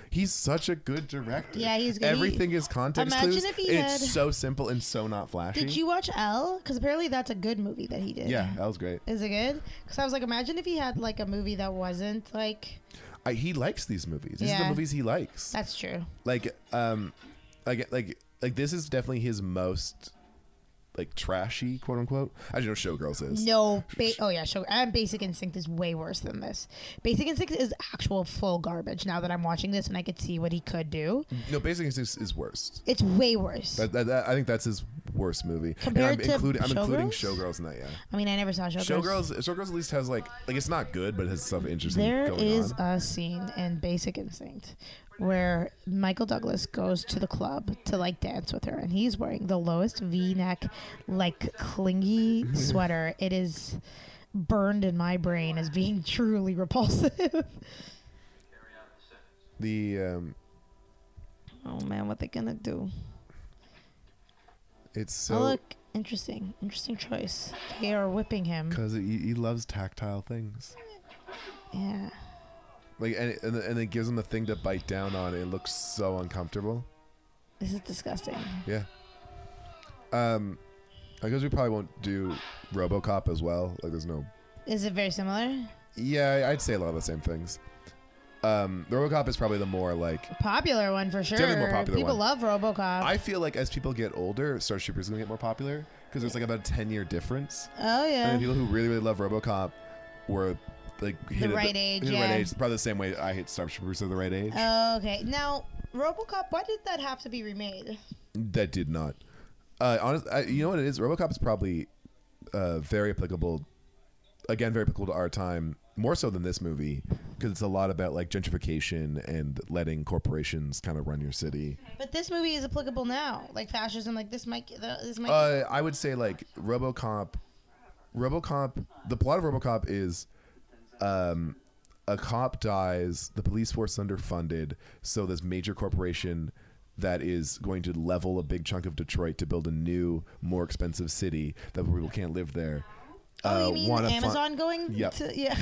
S1: He's such a good director.
S2: Yeah, he's good. He-
S1: Everything is context
S2: Imagine
S1: clues.
S2: if he
S1: it's
S2: had-
S1: so simple and so not flashy.
S2: Did you watch L? Because apparently that's a good movie that he did.
S1: Yeah, that was great.
S2: Is it good? Because I was like, imagine if he had like a movie that wasn't like.
S1: I, he likes these movies. These are the
S2: Yeah.
S1: movies he likes.
S2: That's true.
S1: like um like like like this is definitely his most like trashy quote unquote i don't know what showgirls is
S2: No, ba- oh yeah, sure. And Basic Instinct is way worse than this. Basic Instinct is actual full garbage. Now that I'm watching this and I could see what he could do,
S1: no basic instinct is worst
S2: it's way worse.
S1: that, that, that- i think that's his worst movie
S2: Compared
S1: and i'm
S2: to
S1: including i'm including
S2: Showgirls?
S1: showgirls in that yeah
S2: I mean, I never saw Showgirls.
S1: showgirls showgirls at least has like like it's not good but it has stuff interesting
S2: There
S1: going
S2: is
S1: on
S2: a scene in Basic Instinct where Michael Douglas goes to the club to like dance with her, and he's wearing the lowest V-neck, like clingy sweater. It is burned in my brain as being truly repulsive.
S1: the um
S2: oh man, what they gonna do?
S1: it's
S2: oh,
S1: so
S2: look, interesting, interesting choice. They are whipping him.
S1: because he, he loves tactile things
S2: Yeah.
S1: like and, and and it gives him a thing to bite down on and it looks so uncomfortable
S2: This is disgusting.
S1: Yeah. Um, I guess we probably won't do RoboCop as well. Like, there's no.
S2: Is it very similar?
S1: Yeah, I'd say a lot of the same things. Um, the RoboCop is probably the more like.
S2: Popular one for sure.
S1: Definitely more popular
S2: People
S1: one.
S2: love RoboCop.
S1: I feel like as people get older, Starshipers is gonna get more popular because there's like about a ten year difference.
S2: oh yeah.
S1: And the people who really really love RoBocop were like hit
S2: right
S1: at the,
S2: age,
S1: hit the
S2: yeah.
S1: right age. Probably the same way I hit Starshipers at the right age.
S2: Oh, Okay. Now, RoboCop, why did that have to be remade?
S1: That did not. Uh, honest, I, you know what it is. RoboCop is probably uh, very applicable. Again, very applicable to our time, more so than this movie, because it's a lot about like gentrification and letting corporations kind of run your city.
S2: But this movie is applicable now, like fascism. Like this might, this might.
S1: Uh, I would say like RoboCop. RoboCop. The plot of RoboCop is, um, a cop dies. The police force is underfunded, so this major corporation that is going to level a big chunk of Detroit to build a new, more expensive city that people can't live there. Uh,
S2: oh, you mean
S1: wanna fi-
S2: Amazon going?
S1: Yep.
S2: To, yeah.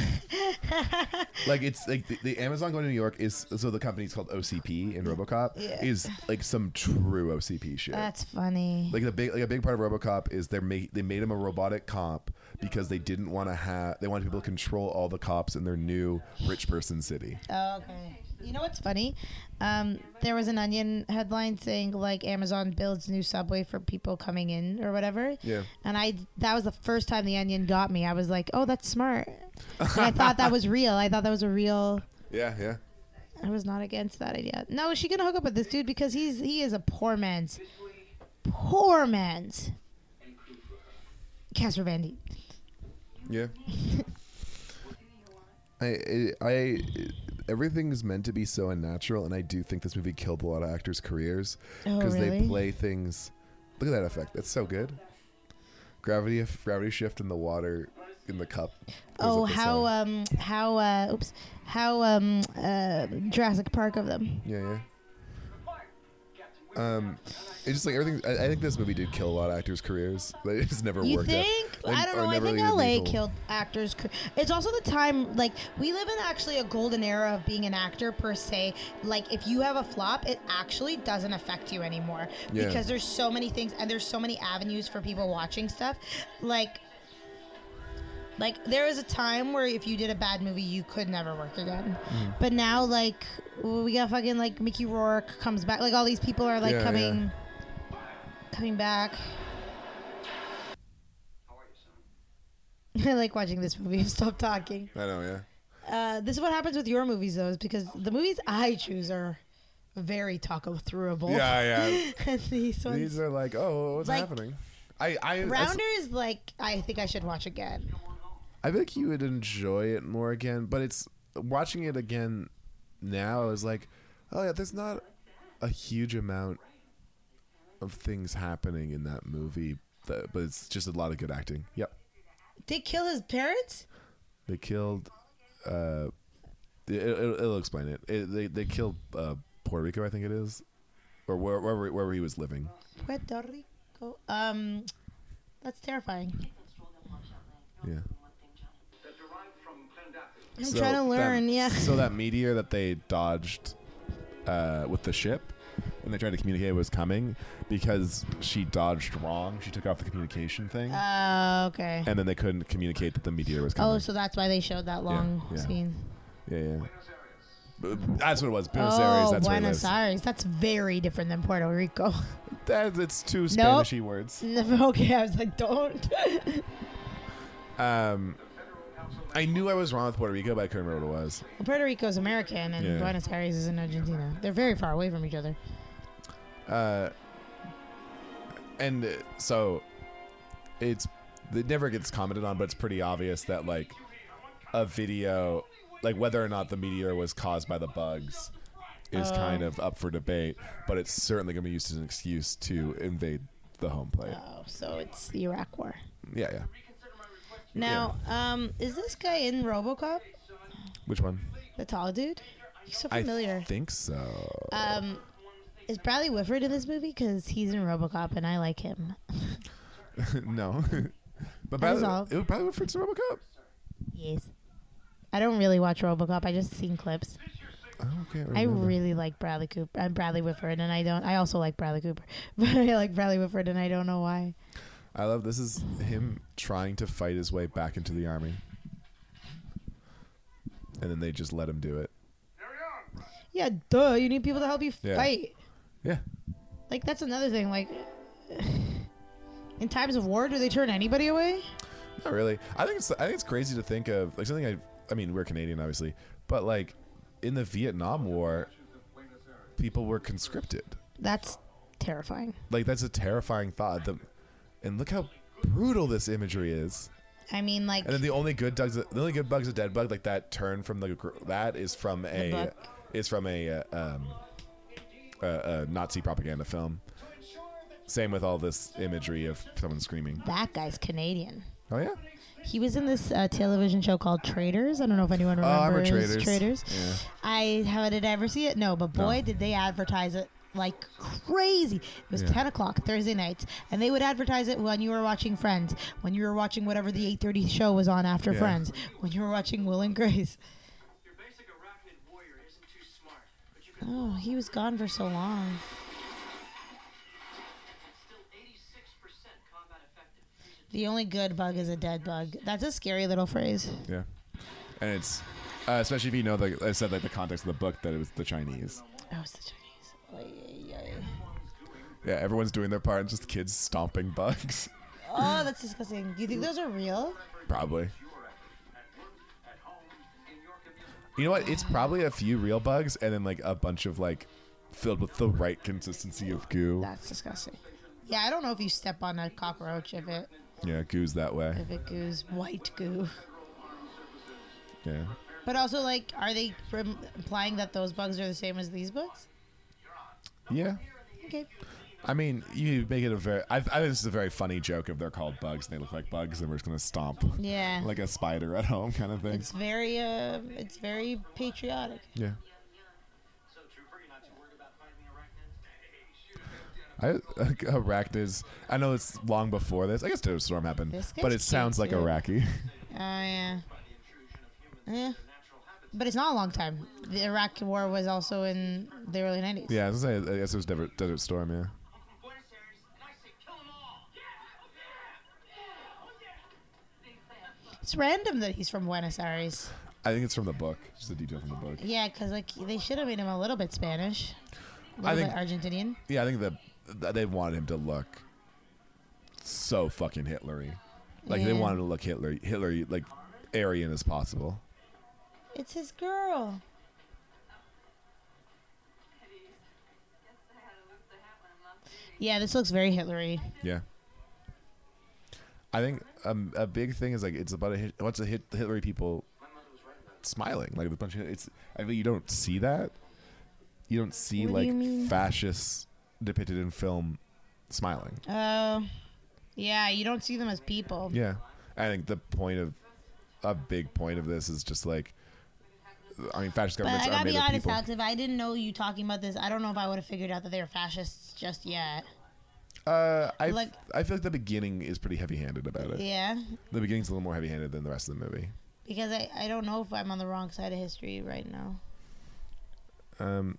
S1: like it's like the, the Amazon going to New York is so the company's called OCP in RoboCop
S2: Yeah.
S1: is like some true OCP shit.
S2: That's funny.
S1: like the big like a big part of RoboCop is they make they made him a robotic cop because they didn't want to have they wanted people to control all the cops in their new rich person city.
S2: Oh, okay. You know what's funny? Um, there was an Onion headline saying like Amazon builds new subway for people coming in or whatever.
S1: Yeah.
S2: And I that was the first time the Onion got me. I was like, oh, that's smart. And I thought that was real. I thought that was a real.
S1: Yeah, yeah.
S2: I was not against that idea. No, is she gonna hook up with this dude because he's he is a poor man's poor man's Caspervandy.
S1: Yeah. I, I I everything's meant to be so unnatural and I do think this movie killed a lot of actors' careers
S2: Oh,
S1: because they
S2: really?
S1: play things Look at that effect. That's so good. Gravity gravity shift in the water in the cup. goes
S2: Oh,
S1: up the
S2: how
S1: side.
S2: um how uh oops how um uh Jurassic Park of them.
S1: Yeah, yeah. Um, it's just like everything. I, I think this movie did kill a lot of actors' careers. Like, it just never
S2: You
S1: worked.
S2: think?
S1: Out.
S2: I don't
S1: or
S2: know. I
S1: never
S2: think
S1: really
S2: LA
S1: legal.
S2: killed actors. ca- It's also the time, like, we live in actually a golden era of being an actor per se. Like, if you have a flop, it actually doesn't affect you anymore
S1: Yeah.
S2: because there's so many things and there's so many avenues for people watching stuff. Like, like there was a time where if you did a bad movie, you could never work again.
S1: Mm-hmm.
S2: But now, like, we got fucking like Mickey Rourke comes back. Like all these people are like
S1: Yeah, yeah.
S2: coming, coming back. I like watching this movie. Stop talking.
S1: I know. Yeah.
S2: Uh, this is what happens with your movies, though, is because the movies I choose are very taco throughable.
S1: Yeah, yeah.
S2: and these ones.
S1: These are like, oh, what's
S2: Like,
S1: happening? I, I, I,
S2: Rounder is like I think I should watch again.
S1: I feel like you would enjoy it more again, but it's watching it again now. I was like, oh yeah, there's not a huge amount of things happening in that movie, but but it's just a lot of good acting. Yep.
S2: They kill his parents.
S1: They killed. Uh, it, it'll, it'll explain it. it they they killed uh, Puerto Rico, I think it is, or where, wherever wherever he was living.
S2: Puerto Rico. Um, that's terrifying.
S1: Yeah.
S2: I'm trying to learn.
S1: That,
S2: yeah.
S1: So that meteor that they dodged uh, with the ship, and they tried to communicate what was coming because she dodged wrong. She took off the communication thing,
S2: Uh, okay.
S1: and then they couldn't communicate that the meteor was coming.
S2: Oh, so that's why they showed that long
S1: yeah.
S2: scene.
S1: yeah, yeah.
S3: Buenos Aires.
S1: B- That's what it was. Buenos Aires.
S2: oh,
S1: That's where it
S2: Buenos
S1: lives.
S2: Aires. That's very different than Puerto Rico.
S1: That, it's two
S2: Nope.
S1: Spanishy words.
S2: okay, I was like, don't.
S1: Um, I knew I was wrong with Puerto Rico, but I couldn't remember what it was.
S2: Puerto Rico's American, and
S1: Yeah.
S2: Buenos Aires is in Argentina. They're very far away from each other.
S1: Uh, and uh, so it's it never gets commented on, but it's pretty obvious that like a video, like whether or not the meteor was caused by the bugs, is
S2: Oh.
S1: kind of up for debate. But it's certainly going to be used as an excuse to invade the home plate.
S2: Oh, so it's the Iraq War.
S1: Yeah, yeah.
S2: Now, um, is this guy in RoboCop?
S1: Which one?
S2: The tall dude? He's so
S1: I
S2: familiar.
S1: think so.
S2: Um, is Bradley Whitford in this movie? Because he's in RoboCop, and I like him.
S1: no. But
S2: Uh, That was
S1: Bradley,
S2: all.
S1: it was Bradley Whitford's in RoboCop.
S2: Yes. I don't really watch RoboCop. I just seen clips.
S1: Oh, okay.
S2: I really like Bradley Cooper and Bradley Whitford, and I don't. I also like Bradley Cooper, but I like Bradley Whitford, and I don't know why.
S1: I love this is him trying to fight his way back into the army. And then they just let him do it.
S3: Carry on.
S2: Yeah, duh. You need people to help you
S1: Yeah.
S2: fight.
S1: Yeah.
S2: Like that's another thing. Like in times of war, do they turn anybody away?
S1: Not really. I think it's I think it's crazy to think of like something I I mean, we're Canadian obviously, but like in the Vietnam War people were conscripted.
S2: That's terrifying.
S1: Like that's a terrifying thought. The, and look how brutal this imagery is.
S2: I mean, like
S1: And then the only good bugs, the only good bug's a dead bug. Like that turn from the gr- that is from a
S2: book.
S1: is from a uh, um, uh, uh, Nazi propaganda film. Same with all this imagery of someone screaming.
S2: that guy's Canadian.
S1: Oh yeah,
S2: He was in this uh, television show called Traders. I don't know if anyone
S1: Oh, I remember
S2: remembers
S1: Traitors.
S2: Traitors.
S1: Yeah.
S2: I how did I ever see it? No, but boy,
S1: No.
S2: did they advertise it like crazy. It was
S1: Yeah.
S2: ten o'clock Thursday nights, and they would advertise it when you were watching Friends, when you were watching whatever the eight thirty show was on after
S1: Yeah.
S2: Friends, when you were watching Will and Grace.
S5: Your basic arachnid warrior isn't too smart, but you can
S2: Oh, he was gone for so long.
S5: still 86% combat effective. He's a
S2: The only good bug is a dead bug. That's a scary little phrase.
S1: yeah. And it's uh, especially if you know the I said like the context of the book that it was the Chinese.
S2: Oh, it's the Chinese. Oy, oy, oy.
S1: Yeah, everyone's doing their part. It's just kids stomping bugs.
S2: Oh, that's disgusting. Do you think those are real?
S1: Probably.
S5: at work, at home, in your community.
S1: You know what? It's probably a few real bugs and then like a bunch of like filled with the right consistency of goo.
S2: That's disgusting. Yeah, I don't know if you step on a cockroach if it
S1: Yeah, goo's that way.
S2: if it goes white goo.
S1: Yeah.
S2: But also, like, are they prim- implying that those bugs are the same as these bugs?
S1: Yeah.
S2: Okay.
S1: I mean, you make it a very. I, I think this is a very funny joke if they're called bugs and they look like bugs and we're just gonna stomp
S2: Yeah.
S1: like a spider at home kind of thing.
S2: it's very, uh, it's very patriotic.
S1: yeah.
S5: So, Trooper, you're not too worried about finding arachnids?
S1: I, arachnids. I know it's long before this. I guess Desert Storm happened,
S2: This
S1: but
S2: guy's
S1: it sounds like
S2: cute, too.
S1: Iraqi.
S2: Oh yeah. Yeah.
S5: Natural habits.
S2: But it's not a long time. The Iraq War was also in the early '90s.
S1: yeah, I, was gonna say, I guess it was Desert, Desert Storm. Yeah.
S5: Buenos Aires, and I say kill 'em all!
S2: It's random that he's from Buenos Aires.
S1: I think it's from the book. Just a detail from the book.
S2: Yeah, because like they should have made him a little bit Spanish, a
S1: I
S2: little
S1: think-
S2: bit Argentinian.
S1: Yeah, I think that they wanted him to look so fucking Hitlery. Like they
S2: Yeah.
S1: wanted him to look Hitler, Hitler like Aryan as possible.
S2: It's his girl. Yeah, this looks very Hitlery.
S1: Yeah. I think um, a big thing is like it's about a hit, what's a hit Hitler people smiling like a bunch of it's I mean you don't see that you don't see
S2: What do
S1: like
S2: you mean?
S1: fascists depicted in film smiling
S2: Oh, yeah, you don't see them as people.
S1: yeah I think the point of a big point of this is just like I mean fascist
S2: But
S1: governments
S2: I
S1: are
S2: gotta
S1: made
S2: be
S1: of
S2: honest,
S1: people
S2: Alex. If I didn't know you talking about this, I don't know if I would have figured out that they were fascists just yet.
S1: uh, I f-
S2: like-
S1: I feel like the beginning is pretty heavy handed about it
S2: Yeah,
S1: the beginning's a little more heavy handed than the rest of the movie
S2: because I, I don't know if I'm on the wrong side of history right now.
S1: um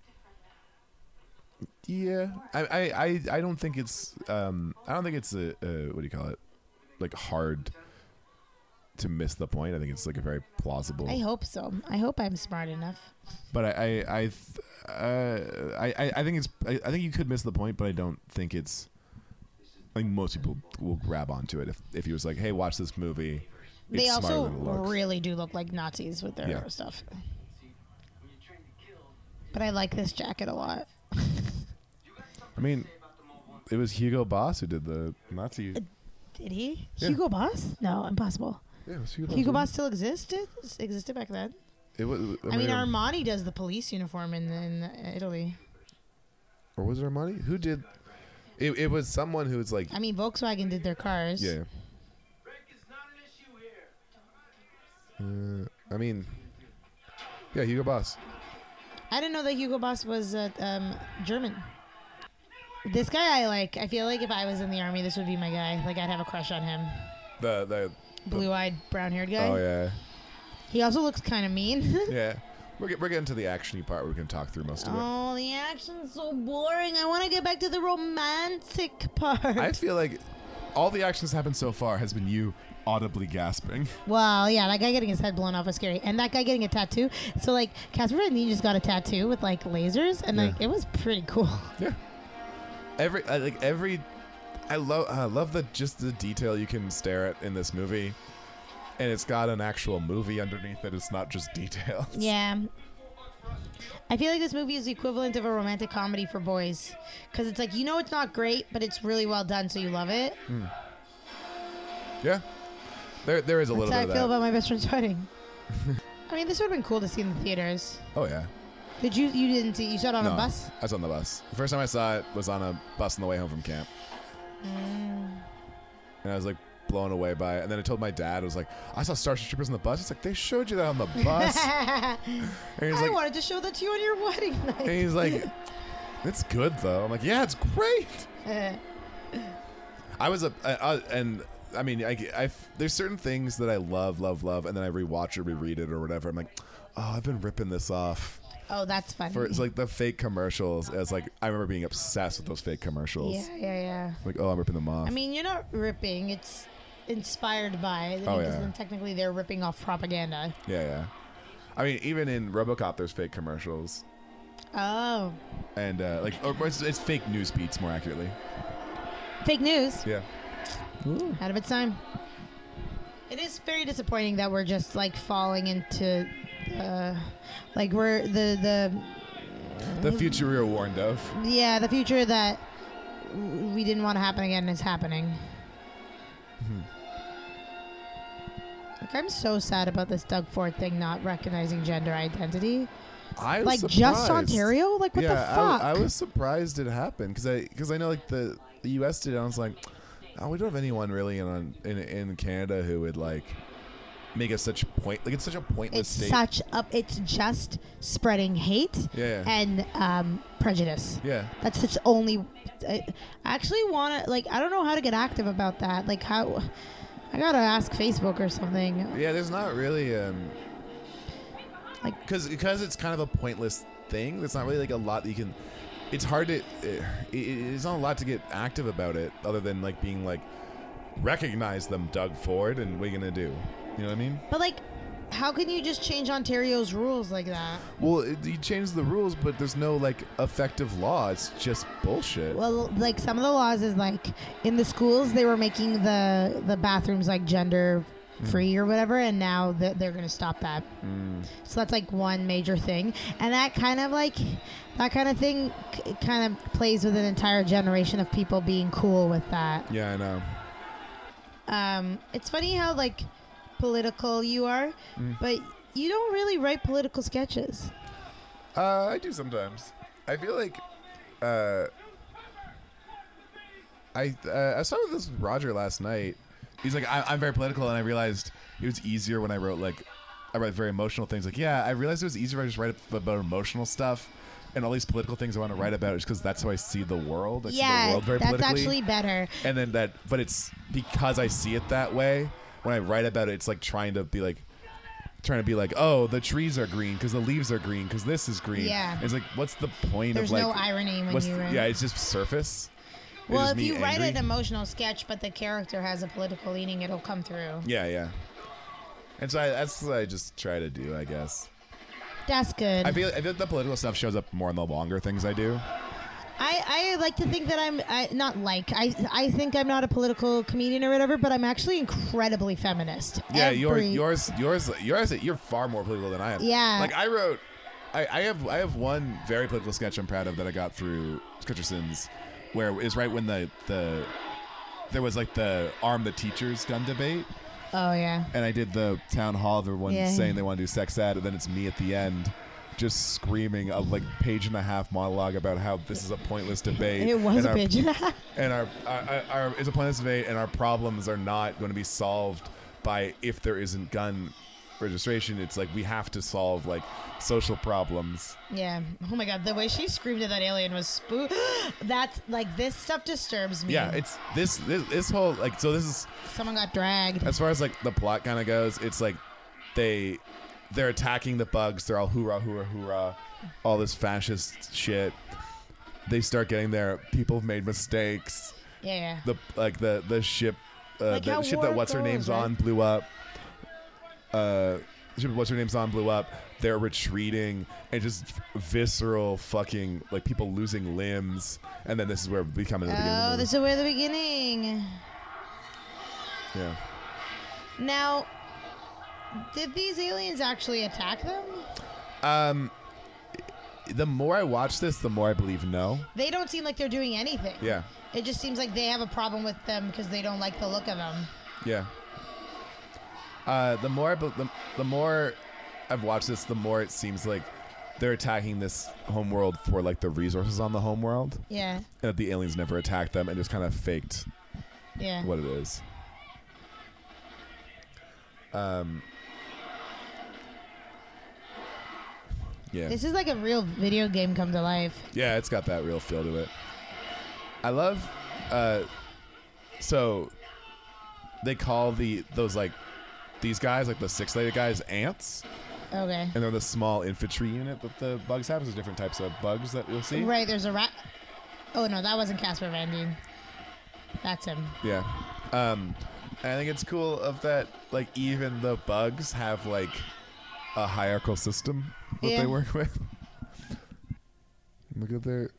S1: Yeah, I, I, I, I don't think it's um, I don't think it's a, a what do you call it, like hard to miss the point. I think it's like a very plausible.
S2: I hope so. I hope I'm smart enough.
S1: But I, I, I, th- uh, I, I- I think it's I, I think you could miss the point, but I don't think it's. I think most people will grab onto it if if you was like, hey, watch this movie.
S2: they
S1: it's
S2: also
S1: smarter than it looks.
S2: really do look like Nazis with their
S1: Yeah.
S2: stuff.
S5: When you're trying to kill,
S2: But I like this jacket a lot.
S5: you
S1: I
S5: got something to
S1: mean,
S5: say about the mole one.
S1: it was Hugo Boss who did the Nazi.
S2: Did he?
S1: Yeah.
S2: Hugo Boss? No, impossible.
S1: Yeah, it was Hugo,
S2: Hugo Boss still existed? Existed back then?
S1: It was.
S2: I mean, Armani does the police uniform in, in Italy.
S1: or was it Armani? Who did? It, it was someone who was like,
S2: I mean, Volkswagen did their cars.
S1: yeah.
S5: Rick is not an issue here.
S1: Uh, I mean, yeah, Hugo Boss.
S2: I didn't know that Hugo Boss was uh, um, German. This guy I like. I feel like if I was in the army, this would be my guy. Like I'd have a crush on him.
S1: The the
S2: Blue-eyed, brown-haired guy.
S1: oh yeah
S2: He also looks kind of mean.
S1: yeah. We're, get, we're getting to the actiony part where we can talk through most of it.
S2: oh, the action's so boring. I want to get back to the romantic part.
S1: I feel like all the actions happened so far has been you audibly gasping.
S2: Well, yeah, that guy getting his head blown off was scary, and that guy getting a tattoo. So like, Casper Van Dien just got a tattoo with like lasers, and like
S1: Yeah.
S2: it was pretty cool.
S1: Every I, like every, I love I love the just the detail you can stare at in this movie, and it's got an actual movie underneath it. It's not just details.
S2: Yeah. I feel like this movie is the equivalent of a romantic comedy for boys. Because it's like, you know, it's not great, but it's really well done, so you love it.
S1: Yeah. There there is a
S2: That's
S1: little
S2: how I
S1: bit of
S2: feel
S1: that.
S2: about my best friend's wedding. I mean, this would have been cool to see in the theaters.
S1: oh yeah.
S2: Did you? You didn't see? You saw it on
S1: No,
S2: a bus?
S1: I was on the bus. The first time I saw it was on a bus on the way home from camp.
S2: Mm.
S1: And I was like blown away by it. And then I told my dad, I was like, I saw Starship Troopers on the bus. It's like, they showed you that on the bus.
S2: I
S1: and he's like,
S2: wanted to show that to you on your wedding night.
S1: and he's like, it's good though. I'm like, yeah, it's great. I was a, I, I, and I mean, I, I, there's certain things that I love, love, love. And then I rewatch or reread it or whatever. I'm like, oh, I've been ripping this off.
S2: oh, that's funny.
S1: For, it's like the fake commercials. It's like I remember being obsessed with those fake commercials.
S2: yeah, yeah, yeah.
S1: Like, oh, I'm ripping them off.
S2: I mean, you're not ripping. It's inspired by.
S1: Oh,
S2: because
S1: yeah.
S2: then technically they're ripping off propaganda.
S1: Yeah, yeah. I mean, even in RoboCop, there's fake commercials,
S2: Oh.
S1: and uh, like, or it's, it's fake news beats more accurately.
S2: Fake news.
S1: Yeah. Hmm.
S2: Out of its time. It is very disappointing that we're just like falling into, uh, like we're the the
S1: The
S2: Mm.
S1: future we were warned of.
S2: yeah the future that w- we didn't want to happen again is happening.
S1: Hmm.
S2: Like I'm so sad about this Doug Ford thing not recognizing gender identity.
S1: I was
S2: Like
S1: surprised.
S2: just Ontario? Like what
S1: yeah,
S2: the
S1: I-
S2: fuck?
S1: I, was surprised it happened because I because I know like the, the U.S. did. it, and I was like, oh, we don't have anyone really in in, in Canada who would like make it such point like it's such a pointless
S2: it's
S1: state.
S2: such up. It's just spreading hate
S1: Yeah, yeah.
S2: and um, prejudice.
S1: yeah.
S2: That's its only. I I actually want to like. I don't know how to get active about that. Like how. I gotta ask Facebook or something.
S1: Yeah, there's not really um
S2: Like-
S1: because because it's kind of a pointless thing. There's not really like a lot that you can. It's hard to. It, it, it's not a lot to get active about it, other than like being like recognize them, Doug Ford, and what are you gonna do? You know what I mean?
S2: But like, how can you just change Ontario's rules like that?
S1: Well, it, you change the rules, but there's no like effective law. It's just bullshit.
S2: Well, like some of the laws is like in the schools they were making the the bathrooms like gender
S1: Hmm.
S2: free or whatever, and now th- they're gonna stop that.
S1: Mm.
S2: So that's like one major thing, and that kind of like that kind of thing c- kind of plays with an entire generation of people being cool with that.
S1: yeah, I know.
S2: um, it's funny how like political you are,
S1: Mm.
S2: but you don't really write political sketches.
S1: Uh, I do sometimes. I feel like, uh, I uh, I saw this with Roger last night. He's like, I, I'm very political, and I realized it was easier when I wrote like, I write very emotional things. Like, yeah, I realized it was easier if I just write about emotional stuff, and all these political things I want to write about is because that's how I see the world. I see the
S2: yeah,
S1: world very
S2: that's
S1: politically.
S2: actually better.
S1: and then that, but it's because I see it that way. When I write about it, it's like trying to be like, trying to be like, oh, the trees are green because the leaves are green because this is green.
S2: Yeah.
S1: It's like, what's the point
S2: There's
S1: of like?
S2: no irony when
S1: what's
S2: you
S1: the-
S2: write-
S1: yeah, it's just surface. It's
S2: Well,
S1: just
S2: if
S1: me
S2: you write
S1: angry.
S2: an emotional sketch, but the character has a political leaning, it'll come through.
S1: yeah, yeah. And so I, that's what I just try to do, I guess.
S2: That's good.
S1: I feel I feel like the political stuff shows up more in the longer things I do.
S2: I, I like to think that I'm I, not like I I think I'm not a political comedian or whatever, but I'm actually incredibly feminist.
S1: Yeah, your,
S2: Every-
S1: yours, yours, yours. You're far more political than I am.
S2: Yeah.
S1: Like I wrote, I, I have, I have one very political sketch I'm proud of that I got through Skitcherson's, where it was right when the the there was like the arm the teachers gun debate,
S2: Oh yeah.
S1: and I did the town hall of everyone
S2: Yeah.
S1: saying they want to do sex ed, and then it's me at the end. Just screaming a like page and a half monologue about how this is a pointless debate.
S2: It was
S1: and
S2: a
S1: our-
S2: bitch.
S1: and our, our, our, our is a pointless debate, and our problems are not going to be solved by if there isn't gun registration. It's like we have to solve like social problems.
S2: yeah. Oh my god, the way she screamed at that alien was spook. That's like this stuff disturbs me.
S1: Yeah, it's this this this whole like so this is
S2: someone got dragged.
S1: as far as like the plot kind of goes. It's like they they're attacking the bugs. They're all hoorah hoorah hoorah, all this fascist shit. They start getting there. People have made mistakes.
S2: yeah. yeah.
S1: the like the the ship uh,
S2: Like
S1: the
S2: how
S1: ship
S2: war
S1: that what's her name's
S2: goes, right?
S1: on blew up. Uh, the ship what's her name's on blew up. They're retreating and just visceral fucking like people losing limbs. And then this is where we come into the beginning.
S2: Oh,
S1: Of the
S2: this is where the beginning.
S1: movie. yeah.
S2: Now, did these aliens actually attack them?
S1: The more I watch this, the more I believe no.
S2: They don't seem like they're doing anything.
S1: Yeah,
S2: It just seems like they have a problem with them because they don't like the look of them.
S1: yeah. Uh, the more I be- the, the more I've watched this, the more it seems like they're attacking this homeworld for like the resources on the homeworld.
S2: Yeah.
S1: and that the aliens never attacked them and just kind of faked
S2: Yeah.
S1: what it is. Um. Yeah,
S2: This is like a real video game come to life.
S1: yeah, it's got that real feel to it. I love, uh, so they call the those like these guys like the six legged guys ants,
S2: Okay.
S1: and they're the small infantry unit that the bugs have. There's different types of bugs that you'll see.
S2: Right, there's a rat. Oh no, that wasn't Casper Van Dien. That's him.
S1: Yeah. Um, and I think it's cool of that, like, even the bugs have, like, a hierarchical system that
S2: Yeah.
S1: they work with. Look at their.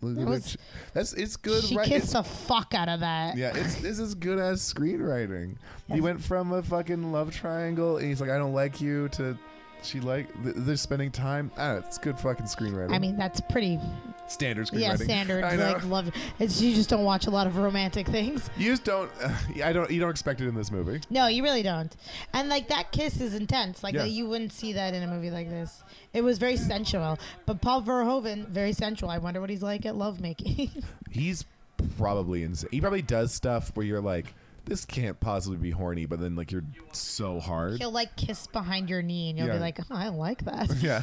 S1: Look
S2: That
S1: at their
S2: was-
S1: ch- That's it's good.
S2: she
S1: right?
S2: kissed
S1: it's,
S2: the fuck out of that.
S1: yeah, it's this is good as screenwriting. He went from a fucking love triangle, and he's like, "I don't like you," to she like th- they're spending time. Ah, it's good fucking screenwriting.
S2: I mean, that's pretty.
S1: standard screenwriting.
S2: Yeah, standard.
S1: I know.
S2: Like love. It's you just don't watch a lot of romantic things.
S1: you just don't. I don't. You don't expect it in this movie.
S2: No, you really don't. And like that kiss is intense. Like
S1: Yeah.
S2: that you wouldn't see that in a movie like this. It was very sensual. But Paul Verhoeven, very sensual. I wonder what he's like at lovemaking.
S1: he's probably insane. He probably does stuff where you're like, this can't possibly be horny, but then like you're so hard.
S2: He'll like kiss behind your knee, and you'll
S1: Yeah.
S2: be like, oh, I like that.
S1: Yeah.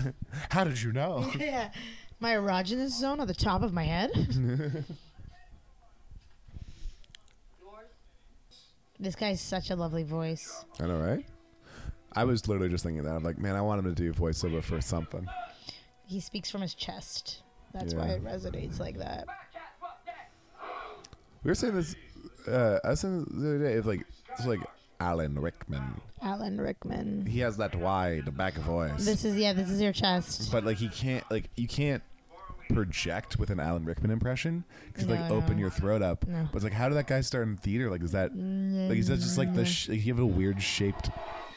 S1: How did you know?
S2: yeah. My erogenous zone on the top of my head. this guy's such a lovely voice.
S1: I know, right? I was literally just thinking that. I'm like, man, I want him to do voiceover for something.
S2: He speaks from his chest. That's why
S1: Yeah.
S2: it resonates like that.
S1: We were saying this. Uh, I was saying this the other day. It's like it's like Alan Rickman.
S2: Alan Rickman.
S1: He has that wide back voice,
S2: This is yeah. This is your chest.
S1: but like he can't like you can't project with an Alan Rickman impression because like
S2: No,
S1: open
S2: no.
S1: your throat up.
S2: No.
S1: But it's like, how did that guy start in theater? Like, is that Like is that just like the sh- like, you have a weird shaped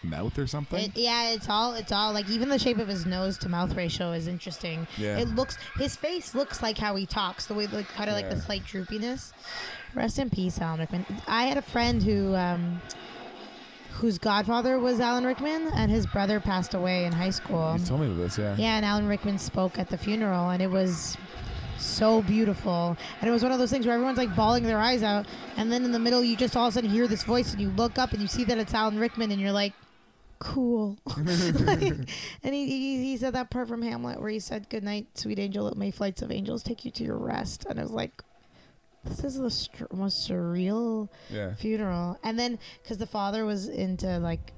S1: mouth or something?
S2: It, yeah, it's all it's all like even the shape of his nose to mouth ratio is interesting.
S1: Yeah.
S2: It looks his face looks like how he talks, the way like kind of like the
S1: Yeah.
S2: slight droopiness. Rest in peace, Alan Rickman. I had a friend who um whose godfather was Alan Rickman and his brother passed away in high school.
S1: you told me this, yeah.
S2: Yeah, and Alan Rickman spoke at the funeral and it was so beautiful. And it was one of those things where everyone's like bawling their eyes out and then in the middle you just all of a sudden hear this voice and you look up and you see that it's Alan Rickman and you're like cool. Like, and he, he, he said that part from Hamlet where he said, Good night, sweet angel. May flights of angels take you to your rest. And I was like, this is the str- most surreal
S1: Yeah.
S2: funeral. And then, because the father was into like,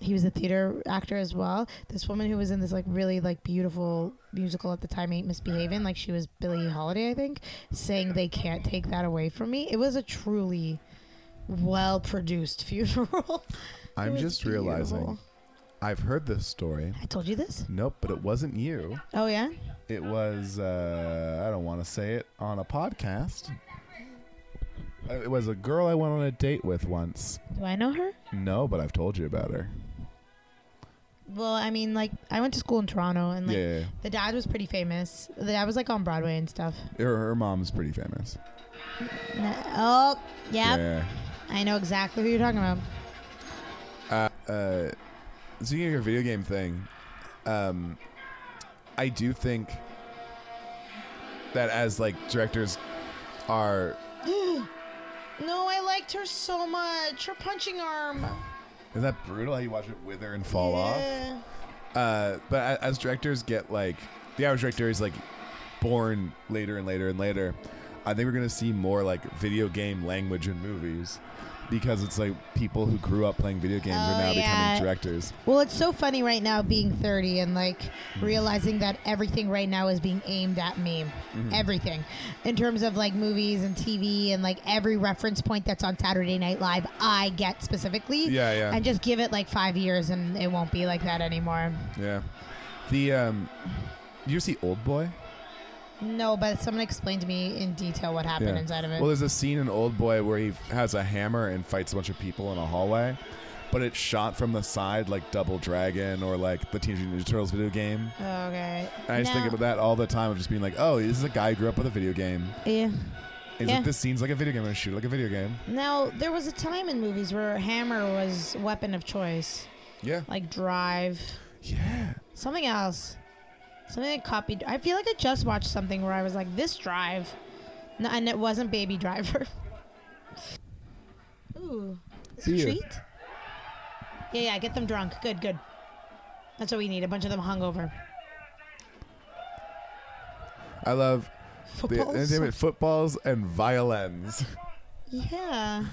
S2: he was a theater actor as well. This woman who was in this like really like beautiful musical at the time, Ain't Misbehaving, like she was Billie Holiday, I think, saying they can't take that away from me. It was a truly well produced funeral. It
S1: I'm
S2: was
S1: just realizing
S2: beautiful.
S1: I've heard this story.
S2: I told you this.
S1: Nope, but it wasn't you.
S2: Oh yeah.
S1: It was uh, I don't want to say it on a podcast. Uh, It was a girl I went on a date with once.
S2: Do I know her?
S1: No, but I've told you about her.
S2: Well, I mean, like I went to school in Toronto, and like
S1: yeah, yeah,
S2: the dad was pretty famous. The dad was like on Broadway and stuff.
S1: yeah. Her, her mom's pretty famous.
S2: And I- Oh, yep.
S1: Yeah.
S2: I know exactly who you're talking about.
S1: Uh, uh, speaking of your video game thing, um, I do think that as like directors are
S2: No, I liked her so much. Her punching arm.
S1: is that brutal how you watch it wither and fall off.
S2: yeah.
S1: Uh, but a- as directors get like the average director is like born later and later and later. I think we're gonna see more like video game language in movies because it's like people who grew up playing video games
S2: Oh,
S1: are now
S2: yeah.
S1: becoming directors.
S2: Well, it's so funny right now being 30 and like
S1: Mm-hmm.
S2: realizing that everything right now is being aimed at me.
S1: Mm-hmm.
S2: Everything. In terms of like movies and TV and like every reference point that's on Saturday Night Live, I get specifically.
S1: Yeah, yeah.
S2: And just give it like five years and it won't be like that anymore.
S1: Yeah. The um, you see Old Boy?
S2: No, but someone explained to me in detail what happened
S1: Yeah.
S2: inside of it.
S1: Well, there's a scene in Old Boy where he has a hammer and fights a bunch of people in a hallway, but it's shot from the side like Double Dragon or like the Teenage Mutant Ninja Turtles video game.
S2: okay.
S1: And I just think
S2: Now-
S1: about that all the time of just being like, oh, this is a guy who grew up with a video game.
S2: Yeah.
S1: He's
S2: Yeah.
S1: like, this scene's like a video game. I'm gonna shoot it like a video game.
S2: Now there was a time in movies where hammer was weapon of choice,
S1: Yeah.
S2: like Drive,
S1: Yeah.
S2: something else, something that copied. I feel like I just watched something where I was like, "This Drive," no, and it wasn't Baby Driver. Ooh, is it a
S1: Beer.
S2: treat. Yeah, yeah, get them drunk. Good, good. That's what we need. A bunch of them hungover.
S1: I love the
S2: Footballs.
S1: entertainment footballs and violins.
S2: Yeah.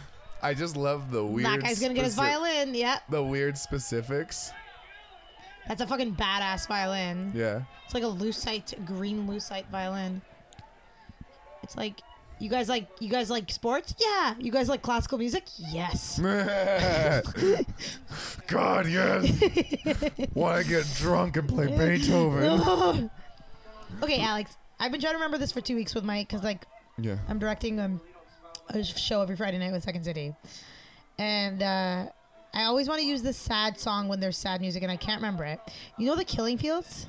S1: I just love the weird.
S2: That guy's gonna get his
S1: speci-
S2: violin. Yeah,
S1: The weird specifics.
S2: that's a fucking badass violin.
S1: Yeah.
S2: It's like a lucite, green lucite violin. It's like you guys like you guys like sports? Yeah. You guys like classical music? Yes.
S1: God, yes. Want to get drunk and play Beethoven?
S2: okay, Alex. I've been trying to remember this for two weeks with Mike because like
S1: Yeah.
S2: I'm directing um, a show every Friday night with Second City, and uh, I always want to use this sad song when there's sad music, and I can't remember it. You know the Killing Fields?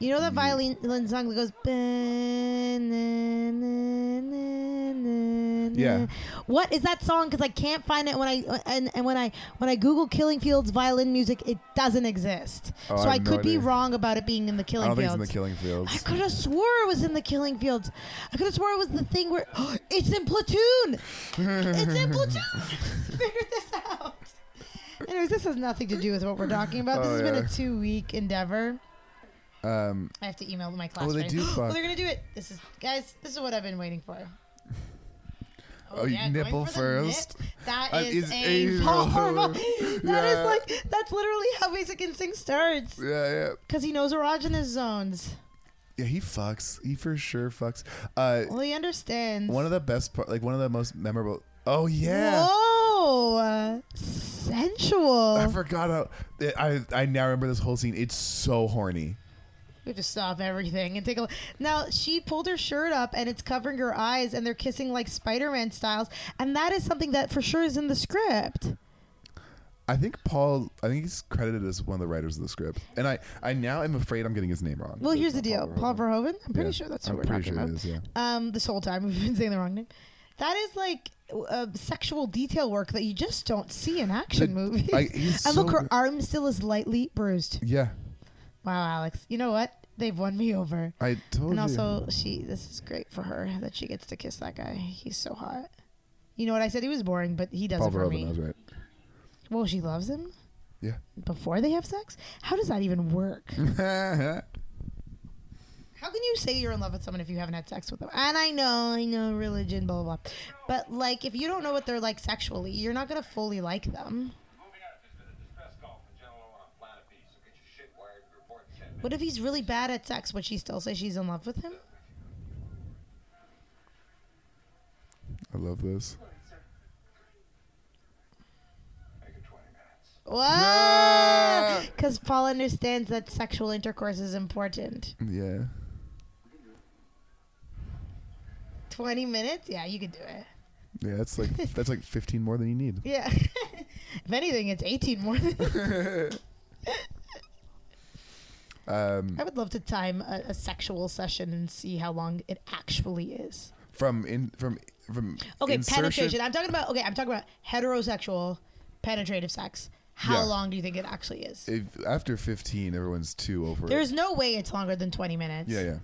S2: You know that
S1: Mm-hmm.
S2: violin violin song that goes.
S1: Yeah.
S2: What is that song? Because I can't find it when I and, and when I when I Google Killing Fields violin music, it doesn't exist.
S1: Oh, I
S2: so I,
S1: have no
S2: could be
S1: idea.
S2: wrong about it being in the
S1: I
S2: Killing
S1: don't think
S2: Fields.
S1: it's in the Killing
S2: I
S1: Fields.
S2: could have swore it was in the Killing Fields. I could have swore it was the thing where it's in Platoon. It's in Platoon. Figure this out. Anyways, this has nothing to do with what we're talking about. This
S1: Oh,
S2: has been
S1: yeah.
S2: a two-week endeavor.
S1: Um,
S2: I have to email my class.
S1: Oh, they
S2: right
S1: do
S2: now.
S1: fuck.
S2: they're gonna do it. This is guys. This is what I've been waiting for.
S1: Oh, you
S2: going
S1: nipple
S2: for the nip-
S1: first?
S2: That
S1: Uh,
S2: is
S1: is
S2: a
S1: anal.
S2: horrible. That is
S1: Yeah.
S2: like that's literally how Basic Instinct starts.
S1: yeah, yeah.
S2: Because he knows erogenous zones.
S1: Yeah, he fucks. He for sure fucks. Uh,
S2: Well, he understands.
S1: one of the best part, like one of the most memorable. Oh, yeah.
S2: Whoa, sensual.
S1: I forgot how. I, I now remember this whole scene. It's so horny.
S2: we have to stop everything and take a look. Now she pulled her shirt up and it's covering her eyes, and they're kissing like Spider-Man styles, and that is something that for sure is in the script.
S1: I think Paul. I think he's credited as one of the writers of the script, and I. I now am afraid I'm getting his name wrong.
S2: Well,
S1: It's
S2: here's the
S1: not
S2: deal, Paul
S1: Verhoeven.
S2: Verhoeven. I'm pretty
S1: Yeah,
S2: sure that's who
S1: I'm
S2: we're
S1: pretty
S2: talking
S1: sure it
S2: about.
S1: is, yeah.
S2: Um, this whole time we've been saying the wrong name. That is like uh, sexual detail work that you just don't see in action
S1: The-
S2: movies.
S1: I- he's
S2: and look,
S1: so-
S2: her arm still is lightly bruised.
S1: Yeah,
S2: Wow, Alex. You know what? They've won me over.
S1: I told
S2: And
S1: you.
S2: also, she this is great for her that she gets to kiss that guy. He's so hot. You know what I said? He was boring, but he does
S1: Paul
S2: it for
S1: Verhoeven,
S2: me.
S1: that was right.
S2: Well, she loves him
S1: Yeah.
S2: before they have sex. How does that even work?
S1: yeah,
S2: How How can you say you're in love with someone if you haven't had sex with them? And I know, I know, religion, blah blah blah. But like, if you don't know what they're like sexually, you're not gonna fully like them.
S5: Moving on, this is a distress call from General on Planet B, so get your shit wired and report in 10 minutes.
S2: What if he's really bad at sex? Would she still say she's in love with him?
S1: I love this.
S5: Make it 20 minutes.
S2: What? Because Paul understands that sexual intercourse is important.
S1: Yeah.
S2: 20 minutes? Yeah, you could do it.
S1: Yeah, that's like that's like 15 more than you need.
S2: Yeah. if anything, it's 18 more than.
S1: Um,
S2: I would love to time a, a sexual session and see how long it actually is.
S1: from in from from
S2: Okay,
S1: insertion-
S2: penetration. I'm talking about, okay, I'm talking about heterosexual penetrative sex. How
S1: Yeah.
S2: long do you think it actually is?
S1: If, after 15, everyone's too over. it.
S2: There's no way it's longer than 20 minutes.
S1: yeah, yeah.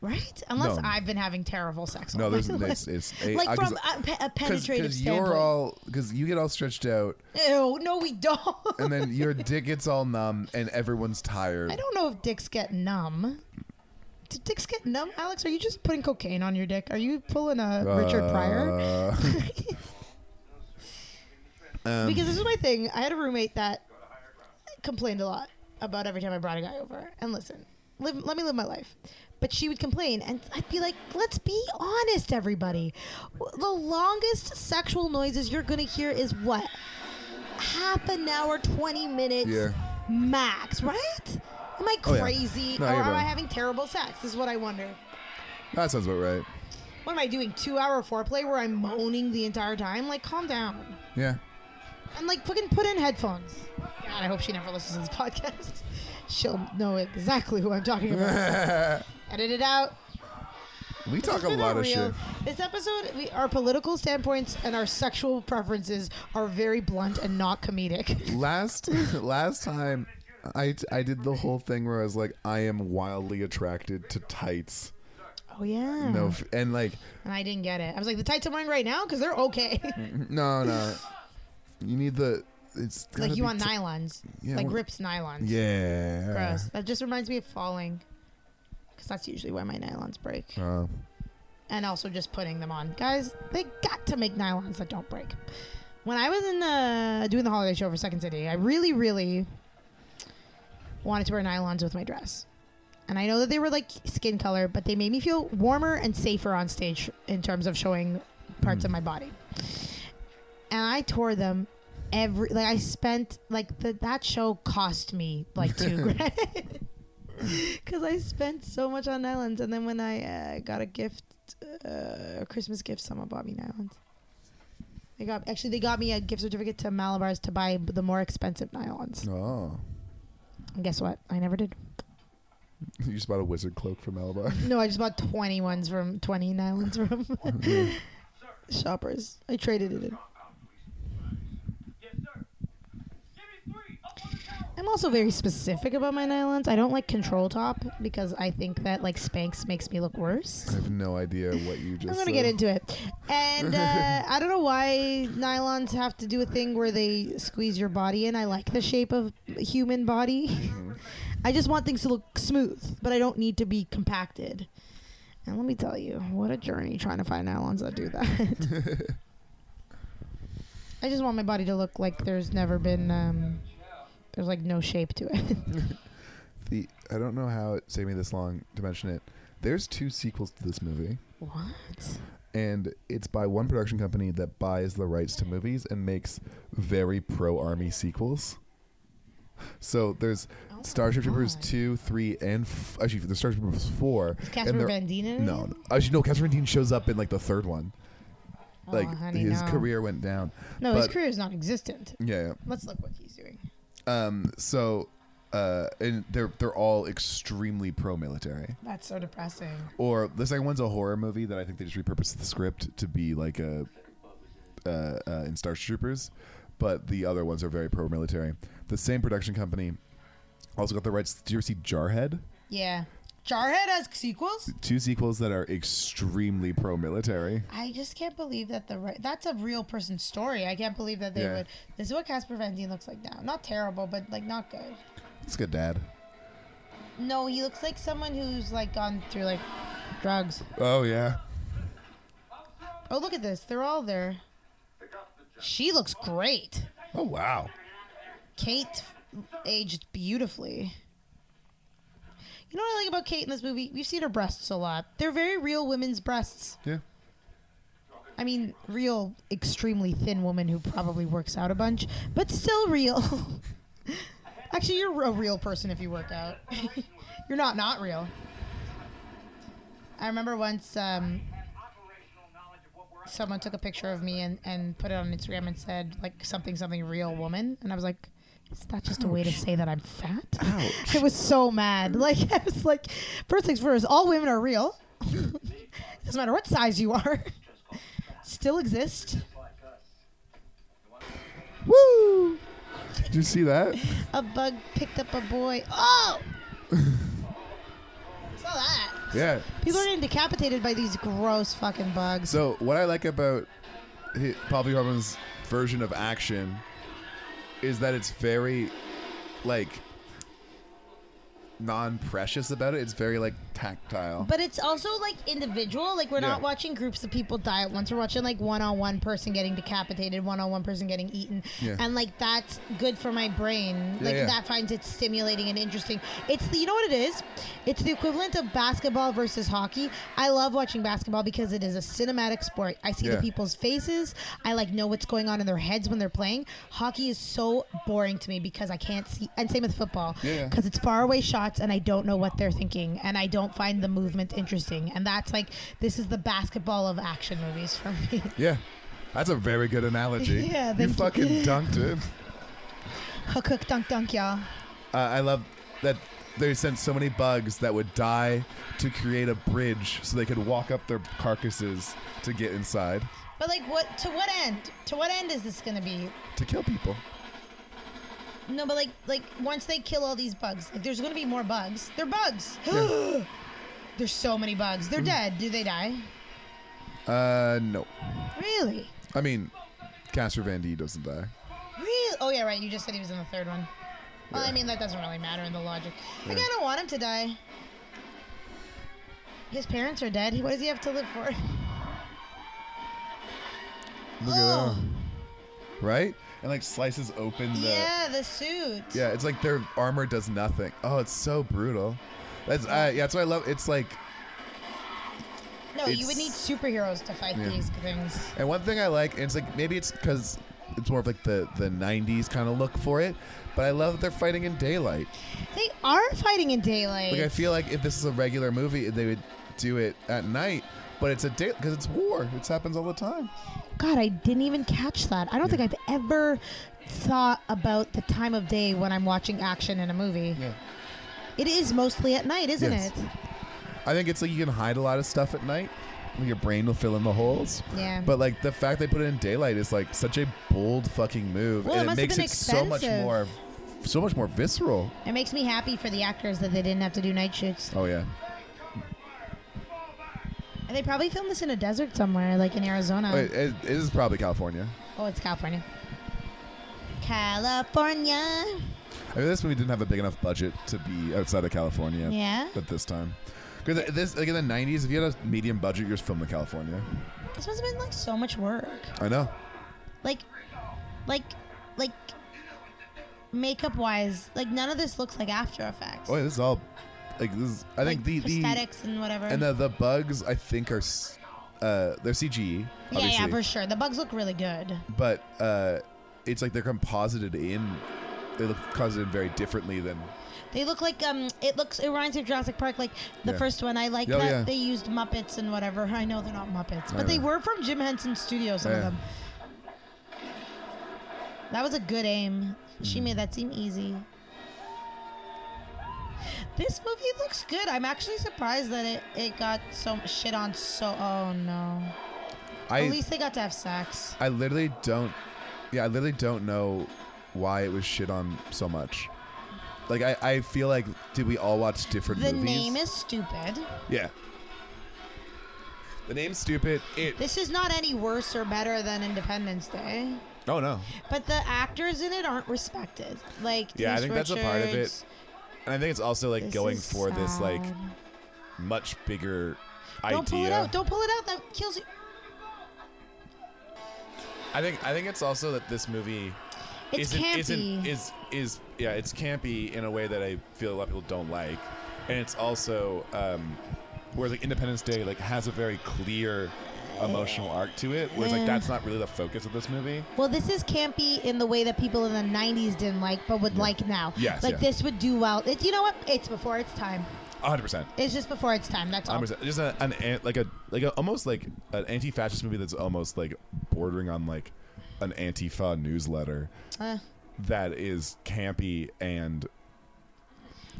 S2: Right? Unless
S1: No.
S2: I've been having terrible sex.
S1: No,
S2: all
S1: there's
S2: my life.
S1: it's, it's a-
S2: like
S1: I-
S2: from a, pe- a penetrative standpoint.
S1: you're all because you get all stretched out
S2: Ew, no, we don't.
S1: and then your dick gets all numb and everyone's tired.
S2: I don't know if dicks get numb. Do dicks get numb? Alex, are you just putting cocaine on your dick? Are you pulling a Richard Pryor?
S1: Uh, um,
S2: Because this is my thing. I had a roommate that complained a lot about every time I brought a guy over. And listen, live, let me live my life. But she would complain, and I'd be like, let's be honest, everybody. W- The longest sexual noises you're going to hear is what? Half an hour, 20 minutes
S1: Yeah.
S2: max, right? Am I
S1: Oh, yeah.
S2: crazy?
S1: No,
S2: or
S1: you're
S2: am I
S1: right.
S2: having terrible sex? This is what I wonder.
S1: that sounds about right.
S2: What am I doing? Two hour foreplay where I'm moaning the entire time? Like, calm down.
S1: Yeah.
S2: And like, fucking put in headphones. God, I hope she never listens to this podcast. She'll know exactly who I'm talking about. Edit it out.
S1: we
S2: This
S1: talk a
S2: has been
S1: lot of
S2: real-
S1: shit.
S2: This episode, we, our political standpoints and our sexual preferences are very blunt and not comedic.
S1: Last last time, I I did the whole thing where I was like, I am wildly attracted to tights.
S2: Oh yeah.
S1: No, f- and like,
S2: And I didn't get it. I was like, the tights I'm wearing right now because they're okay.
S1: Mm, no, no. You need the. It's gotta
S2: like
S1: be
S2: you want
S1: t-
S2: nylons,
S1: Yeah,
S2: like
S1: well-
S2: ripped nylons.
S1: Yeah.
S2: Gross. That just reminds me of falling. Because that's usually where my nylons break.
S1: Oh.
S2: And also just putting them on. Guys, they got to make nylons that don't break. When I was in the doing the holiday show for Second City, I really, really wanted to wear nylons with my dress. And I know that they were like skin color, but they made me feel warmer and safer on stage in terms of showing parts of my body. And I tore them every like I spent like the, that show cost me like two grand because I spent so much on nylons. And then when I uh, got a gift, uh, a Christmas gift, someone bought me nylons. They got actually they got me a gift certificate to Malabar's to buy the more expensive nylons.
S1: Oh.
S2: And guess what? I never did.
S1: You just bought a wizard cloak from Malabar.
S2: No, I just bought 20 ones from 20 nylons from shoppers. I traded it in.
S5: Yes, sir. Give me three. Up on the tower.
S2: I'm also very specific about my nylons. I don't like control top because I think that like Spanx makes me look worse.
S1: I have no idea what you just. uh,
S2: I'm gonna
S1: said.
S2: get into it, and uh, I don't know why nylons have to do a thing where they squeeze your body in. I like the shape of human body.
S1: Mm-hmm.
S2: I just want things to look smooth, but I don't need to be compacted. And let me tell you, what a journey trying to find nylons that do that. I just want my body to look like there's never been. Um, there's like no shape to it.
S1: The I don't know how it saved me this long to mention it. There's two sequels to this movie,
S2: what?
S1: and it's by one production company that buys the rights to movies and makes very pro army sequels. So there's
S2: Oh my
S1: Starship Troopers
S2: God.
S1: two, three, and f- actually the Starship Troopers four.
S2: Is
S1: and
S2: Casper
S1: they're-
S2: Van Dien in it?
S1: No, no, actually no. Casper Van Dien shows up in like the third one.
S2: Oh,
S1: Like
S2: honey,
S1: his
S2: no.
S1: career went down.
S2: No, his
S1: but-
S2: career is non-existent.
S1: Yeah. yeah.
S2: Let's look what he's doing.
S1: Um. So, uh, and they're they're all extremely pro military.
S2: That's so depressing.
S1: Or the second one's a horror movie that I think they just repurposed the script to be like a uh, uh, in Starship Troopers, but the other ones are very pro military. The same production company also got the rights. Did you ever see Jarhead?
S2: Yeah. Jarhead has sequels?
S1: Two sequels that are extremely pro military.
S2: I just can't believe that the right, that's a real person story. I can't believe that they
S1: Yeah.
S2: would. This is what Casper Van Dien looks like now. Not terrible, but like not good.
S1: It's good, Dad.
S2: No, he looks like someone who's like gone through like drugs.
S1: Oh yeah.
S2: Oh, look at this. They're all there. She looks great.
S1: Oh wow.
S2: Kate aged beautifully. You know what I like about Kate in this movie? We've seen her breasts a lot. They're very real women's breasts.
S1: Yeah.
S2: I mean, real, extremely thin woman who probably works out a bunch, but still real. Actually, you're a real person if you work out. you're not not real. I remember once um, someone took a picture of me and, and put it on Instagram and said, like, something, something real woman. And I was like, is that just a way to say that I'm fat? I was so mad. Like, I was like, first things first, all women are real. Doesn't matter what size you are. Still exist. Woo!
S1: Did you see that?
S2: A bug picked up a boy. Oh! Saw that.
S1: Yeah.
S2: People are getting decapitated by these gross fucking bugs.
S1: So what I like about hi- Paul V. Harmon's version of action is that it's very like non-precious about it. It's very like tactile.
S2: But it's also like individual. Like we're not
S1: Yeah.
S2: watching groups of people die at once. We're watching like one on one person getting decapitated, one on one person getting eaten,
S1: Yeah.
S2: and like that's good for my brain.
S1: Yeah,
S2: like
S1: yeah.
S2: that finds it stimulating and interesting. It's the, you know what it is. It's the equivalent of basketball versus hockey. I love watching basketball because it is a cinematic sport. I see
S1: Yeah.
S2: the people's faces. I like know what's going on in their heads when they're playing. Hockey is so boring to me because I can't see. And same with football
S1: Yeah.
S2: because it's faraway shots and I don't know what they're thinking and I don't find the movement interesting. And that's like this is the basketball of action movies for me.
S1: yeah. That's a very good analogy.
S2: Yeah,
S1: you
S2: thank you.
S1: fucking dunked it.
S2: Hook, hook, dunk, dunk, y'all.
S1: Uh, I love that they sent so many bugs that would die to create a bridge so they could walk up their carcasses to get inside
S2: But like, what to what end? To what end is this gonna be?
S1: to kill people.
S2: No, but like, like once they kill all these bugs, like there's gonna be more bugs. They're bugs. there's so many bugs. They're dead. Do they die?
S1: Uh, no.
S2: Really?
S1: I mean, Casper Van D doesn't die.
S2: Really? Oh yeah, right. You just said he was in the third one. Well, I
S1: Yeah.
S2: mean that doesn't really matter in the logic. I
S1: Yeah.
S2: kind of want him to die. His parents are dead. What does he have to live for?
S1: Look
S2: Oh.
S1: at that. Right? And like slices open the.
S2: yeah, the suit.
S1: Yeah, it's like their armor does nothing. Oh, it's so brutal. That's uh, yeah, that's what I love. It's like,
S2: No, you would
S1: it's-
S2: need superheroes to fight
S1: Yeah.
S2: these things.
S1: and one thing I like, and it's like maybe it's because it's more of like the the '90s kind of look for it, but I love that they're fighting in daylight.
S2: They are fighting in daylight.
S1: Like I feel like if this is a regular movie, they would do it at night, but it's a day because it's war. It happens all the time.
S2: God, I didn't even catch that. I don't think I've ever thought about the time of day when I'm watching action in a movie.
S1: Yeah.
S2: It is mostly at night, isn't
S1: Yes.
S2: it?
S1: I think it's like you can hide a lot of stuff at night. Your brain will fill in the holes.
S2: Yeah.
S1: But like the fact they put it in daylight is like such a bold fucking move,
S2: Well, it
S1: and
S2: must have
S1: makes
S2: been
S1: it so much
S2: expensive.
S1: more, so much more visceral.
S2: It makes me happy for the actors that they didn't have to do night shoots.
S1: Oh yeah.
S2: And they probably filmed this in a desert somewhere, like in Arizona.
S1: Wait, it, it is probably California.
S2: Oh, it's California. California.
S1: I mean, this movie didn't have a big enough budget to be outside of California.
S2: Yeah.
S1: At this time, because this like in the '90s, if you had a medium budget, you're just filming California.
S2: This must have been like so much work.
S1: I know.
S2: Like, like, like, makeup wise, like none of this looks like After Effects.
S1: Oh, yeah, this is all like this. Is, I
S2: like
S1: think the the
S2: prosthetics and whatever.
S1: and the, the bugs I think are s- uh they're CGE.
S2: yeah,
S1: Obviously.
S2: yeah, for sure. The bugs look really good.
S1: but uh, it's like they're composited in. They look composited in very differently than.
S2: They look like um, it looks. It reminds me of Jurassic Park, like the
S1: Yeah.
S2: first one. I like
S1: Oh,
S2: that
S1: yeah.
S2: they used Muppets and whatever. I know they're not Muppets, but
S1: I
S2: they
S1: know.
S2: were from Jim Henson Studios. Some of
S1: Yeah.
S2: them. That was a good aim. She
S1: Hmm.
S2: made that seem easy. This movie looks good. I'm actually surprised that it, it got so shit on so. Oh no.
S1: I
S2: At least they got to have sex.
S1: I literally don't. Yeah, I literally don't know why it was shit on so much. Like I, I feel like did we all watch different
S2: The
S1: movies?
S2: name is stupid.
S1: yeah. The name's stupid. It.
S2: This is not any worse or better than Independence Day.
S1: Oh no.
S2: But the actors in it aren't respected. Like
S1: Yeah, I
S2: Denise
S1: think that's a part of it.
S2: Richards,
S1: and I think it's also like
S2: This
S1: going
S2: is
S1: for this like
S2: sad.
S1: much bigger
S2: Don't pull it
S1: idea.
S2: out. Don't pull it out. That kills you.
S1: I think I think it's also that this movie
S2: It's
S1: isn't,
S2: campy.
S1: isn't is is yeah, it's campy in a way that I feel a lot of people don't like, and it's also um, whereas like Independence Day like has a very clear emotional arc to it, whereas like
S2: Yeah.
S1: that's not really the focus of this movie.
S2: Well, this is campy in the way that people in the '90s didn't like, but would like now.
S1: Yes,
S2: like
S1: yeah.
S2: this would do well. It, you know what? It's before its time.
S1: 100. percent
S2: It's just before its time. That's all.
S1: 100%. Just a, an an- like a like a, almost like an anti-fascist movie that's almost like bordering on like an antifa newsletter
S2: Uh,
S1: that is campy and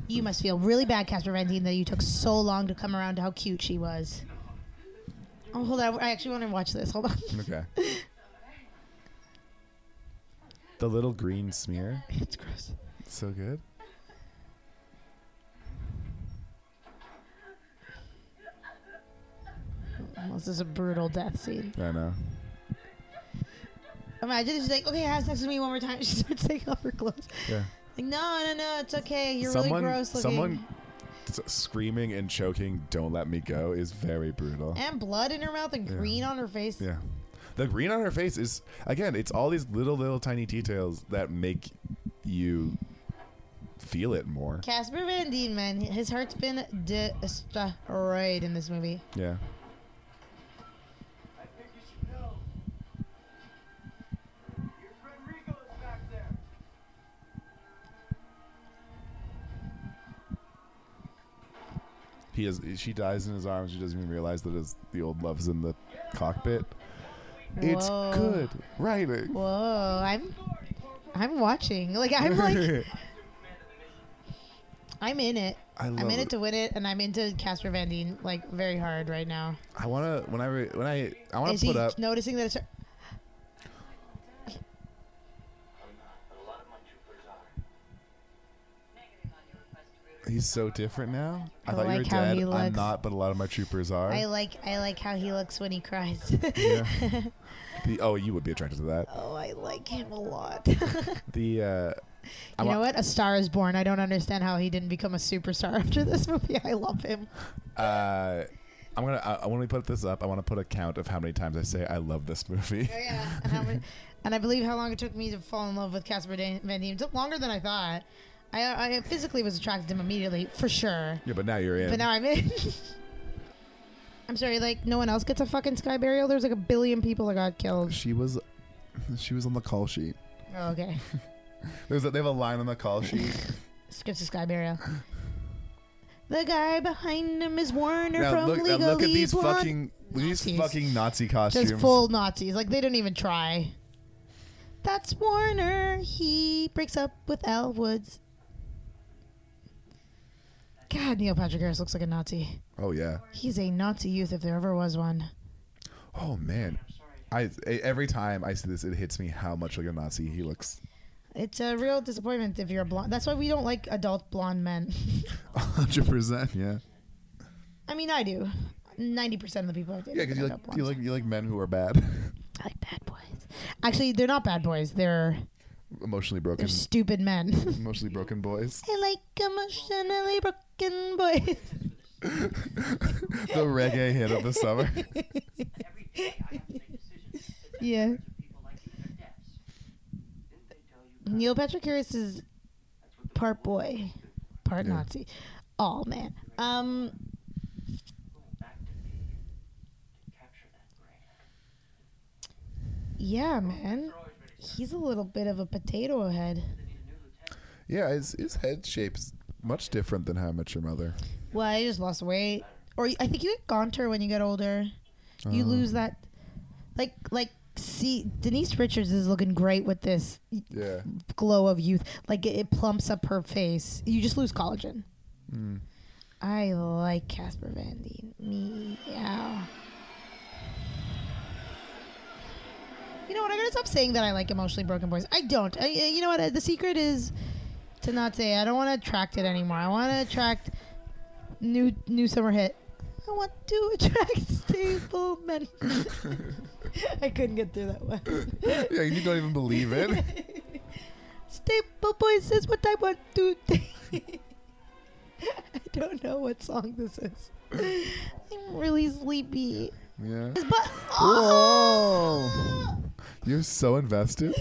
S2: you must feel really bad, Casper Van Dien, that you took so long to come around to how cute she was. Oh, hold on. I actually want to watch this. Hold on.
S1: okay. the little green smear.
S2: it's gross.
S1: So good.
S2: Well, this is a brutal death scene.
S1: I know.
S2: Imagine she's like, "Okay, have sex with me one more time." She starts taking off her clothes.
S1: Yeah.
S2: Like, no, no, no. It's okay. You're really gross looking.
S1: Someone s- screaming and choking, "Don't let me go!" is very brutal.
S2: and blood in her mouth and
S1: Yeah.
S2: green on her face.
S1: Yeah. The green on her face is again. It's all these little, little, tiny details that make you feel it more.
S2: Casper Van Dien, man, his heart's been destroyed in this movie.
S1: Yeah.
S5: I think you should know. Your friend Rico is back there.
S1: He is. She dies in his arms. She doesn't even realize that his, the old love's in the cockpit. It's
S2: Whoa.
S1: good writing.
S2: Whoa, I'm, I'm watching. Like I'm like, I'm in it.
S1: I love
S2: I'm in
S1: it.
S2: it to win it, and I'm into Casper Van Dien like very hard right now.
S1: I wanna when I re- when I I wanna
S2: Is
S1: put
S2: he
S1: up.
S2: noticing that it's? Her?
S6: I'm not, but a lot of my troopers are.
S1: He's so different now. I,
S2: I
S1: thought you were
S2: like how
S1: dead.
S2: he
S1: I'm
S2: looks.
S1: not, but a lot of my troopers are.
S2: I like I like how he looks when he cries.
S1: Yeah. The- oh, you would be attracted to that.
S2: oh, I like him a lot. you
S1: The uh, I'm
S2: know
S1: a-
S2: what? A Star Is Born. I don't understand how he didn't become a superstar after this movie. I love him.
S1: Uh, I'm gonna. I, I want to put this up. I want to put a count of how many times I say I love this movie.
S2: Oh, yeah. And, how many- and I believe how long it took me to fall in love with Casper Dan- Van Dien. It took longer than I thought. I, I physically was attracted to him immediately, for sure.
S1: Yeah, but now you're in.
S2: But now I'm in. I'm sorry, like, no one else gets a fucking sky burial? There's like a billion people that got killed.
S1: she was, she was on the call sheet.
S2: Oh, okay.
S1: There's a, they have a line on the call sheet.
S2: Skips a sky burial. The guy behind him is Warner
S1: now
S2: from
S1: look, now
S2: Legally
S1: look at these
S2: Blonde.
S1: fucking these
S2: Nazis.
S1: fucking Nazi
S2: Just
S1: costumes.
S2: full Nazis. Like, they don't even try. That's Warner. He breaks up with Al Woods. God, Neil Patrick Harris looks like a Nazi.
S1: oh yeah.
S2: He's a Nazi youth if there ever was one.
S1: Oh man. I I- every time I see this, it hits me how much like a Nazi he looks.
S2: It's a real disappointment if you're a blonde. That's why we don't like adult blonde men.
S1: Hundred percent. Yeah.
S2: I mean, I do. 90% of the people I date.
S1: Yeah, because you like
S2: adult blondes.
S1: you like you like men who are bad,
S2: I like bad boys. Actually, they're not bad boys. They're
S1: emotionally
S2: they're
S1: broken,
S2: stupid men.
S1: emotionally broken boys.
S2: I like emotionally broken boys.
S1: the reggae hit of the summer.
S5: Every day I have to make decisions. that
S2: Yeah.
S5: hundreds of people like to eat their deaths. Didn't they tell you?
S2: Neil Patrick Harris is
S5: That's what the
S2: part boy, part
S1: Yeah.
S2: Nazi. Oh man. Um,
S5: people back to me to capture that brain.
S2: yeah, man.
S5: They're always ready to
S2: He's a little bit of a potato head.
S5: they need a new lieutenant.
S1: Yeah, his, his head shape's much different than How Much Your Mother.
S2: Well, I just lost weight, or I think you get gaunter when you get older. You
S1: Oh.
S2: lose that, like like. See, Denise Richards is looking great with this
S1: Yeah.
S2: glow of youth. Like it, it plumps up her face. You just lose collagen.
S1: Mm.
S2: I like Casper Van Dien. Meow. You know what? I'm gonna stop saying that I like emotionally broken boys. I don't. I, I- you know what? Uh, The secret is to not say. I don't want to attract it anymore. I want to attract new new summer hit. I want to attract stable men. I couldn't get through that one.
S1: Yeah, you don't even believe it.
S2: Staple boys is what I want to. I don't know what song this is. I'm really sleepy.
S1: Yeah.
S2: But
S1: Oh, you're so invested.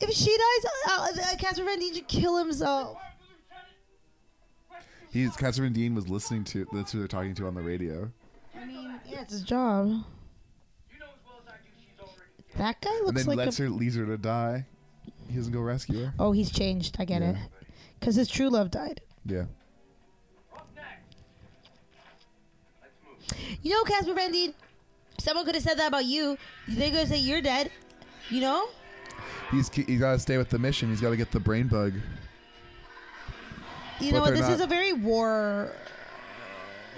S2: if she dies, uh, uh, Casper Van Dien should kill himself.
S1: He's Catherine Dean was listening to that's who they're talking to on the radio.
S2: I mean, yeah, it's his job. That guy
S1: and
S2: looks
S1: then
S2: like a
S1: lets her leaves her to die. He doesn't go rescue her.
S2: Oh, he's changed. I get it. 'Cause
S1: Yeah.
S2: it. Because his true love died.
S1: Yeah.
S2: You know, Casper Van Dien, someone could have said that about you. They're going to say you're dead. You know?
S1: He's he's got to stay with the mission. He's got to get the brain bug. But
S2: You know what?
S1: they're
S2: This is
S1: not.
S2: a very war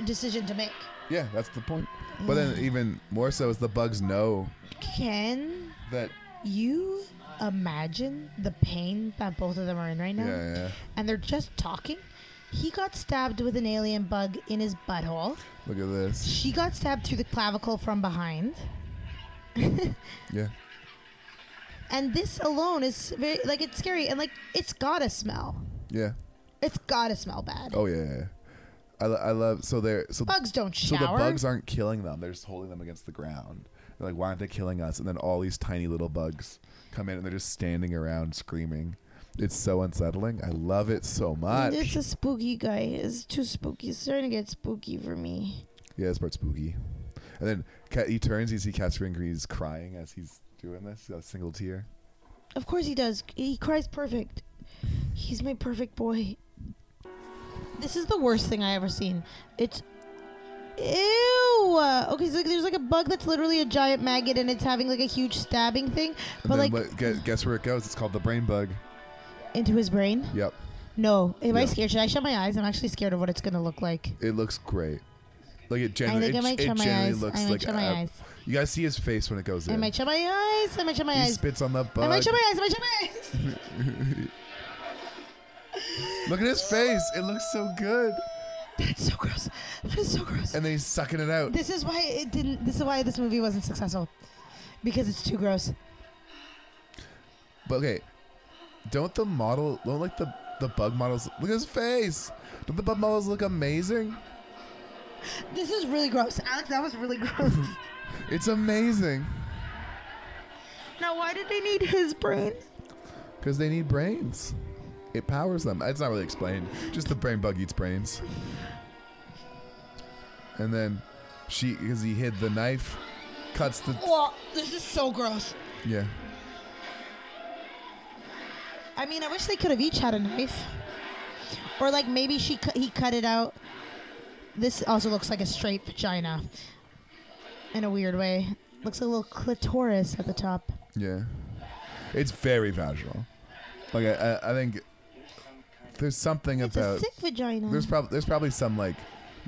S2: uh, decision to make.
S1: Yeah, that's the point. But then even more so is the bugs know
S2: Can
S1: that.
S2: you imagine the pain that both of them are in right now?
S1: Yeah, yeah.
S2: And they're just talking. He got stabbed with an alien bug in his butthole.
S1: Look at this.
S2: She got stabbed through the clavicle from behind.
S1: Yeah.
S2: And this alone is very, like, it's scary. And, like, it's gotta smell.
S1: Yeah.
S2: It's gotta smell bad.
S1: Oh yeah. yeah, yeah. I, lo- I love so they're so
S2: Bugs don't
S1: so
S2: shower.
S1: the bugs aren't killing them. They're just holding them against the ground. They're like, why aren't they killing us? And then all these tiny little bugs come in and they're just standing around screaming. It's so unsettling. I love it so much.
S2: It's a spooky guy. It's too spooky. It's starting to get spooky for me.
S1: yeah, this part's spooky. And then Ca- he turns. You see Casper and He's crying as he's doing this. He's got a single tear.
S2: Of course he does. He cries perfect. He's my perfect boy. This is the worst thing I ever seen. It's ew. Okay, so like, there's like a bug that's literally a giant maggot and it's having like a huge stabbing thing,
S1: And
S2: but
S1: then
S2: like
S1: what, gu- guess where it goes? It's called the brain bug.
S2: into his brain.
S1: Yep.
S2: No, am I
S1: Yeah.
S2: scared? Should I shut my eyes? I'm actually scared of what it's gonna look like.
S1: It looks great. Like it
S2: I
S1: genuinely,
S2: think I
S1: it,
S2: might
S1: it
S2: shut my
S1: genuinely
S2: eyes.
S1: looks
S2: I might
S1: like
S2: shut my
S1: a-
S2: eyes.
S1: You guys see his face when it goes
S2: I
S1: in.
S2: might shut my eyes. I might shut my
S1: he
S2: eyes.
S1: spits on the bug.
S2: I might shut my eyes. I might shut my eyes.
S1: Look at his face. It looks so good.
S2: That's so gross. That is so gross.
S1: And then he's sucking it out.
S2: this is why it didn't. This is why this movie wasn't successful, because it's too gross.
S1: But okay, don't the model, don't like the the bug models. Look at his face. Don't the bug models look amazing?
S2: This is really gross, Alex. That was really gross.
S1: It's amazing
S2: now, why did they need his brain?
S1: because they need brains. It powers them. It's not really explained. Just the brain bug eats brains. And then she, because he hid the knife, cuts the
S2: Oh, this is so gross.
S1: yeah.
S2: I mean, I wish they could have each had a knife, or like maybe she cu- he cut it out. This also looks like a straight vagina, in a weird way. Looks like a little clitoris at the top.
S1: Yeah, it's very vaginal. Like I, I, I think there's something
S2: It's
S1: about
S2: a sick vagina.
S1: there's probably there's probably some like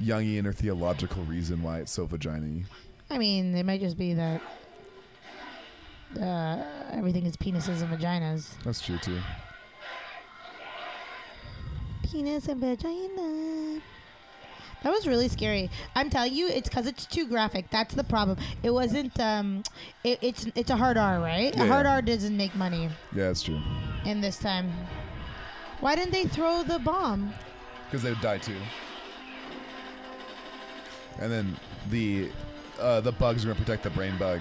S1: Jungian or theological reason why it's so vagina-y.
S2: I mean, it might just be that uh, everything is penises and vaginas.
S1: That's true too.
S2: Penis and vagina. That was really scary. I'm telling you, it's because it's too graphic. That's the problem. It wasn't. Um, it, it's it's a hard R, right?
S1: Yeah,
S2: a hard
S1: yeah.
S2: R doesn't make money
S1: Yeah, that's true.
S2: in this time. Why didn't they throw the bomb?
S1: Because they would die too. And then the uh, the bugs are gonna protect the brain bug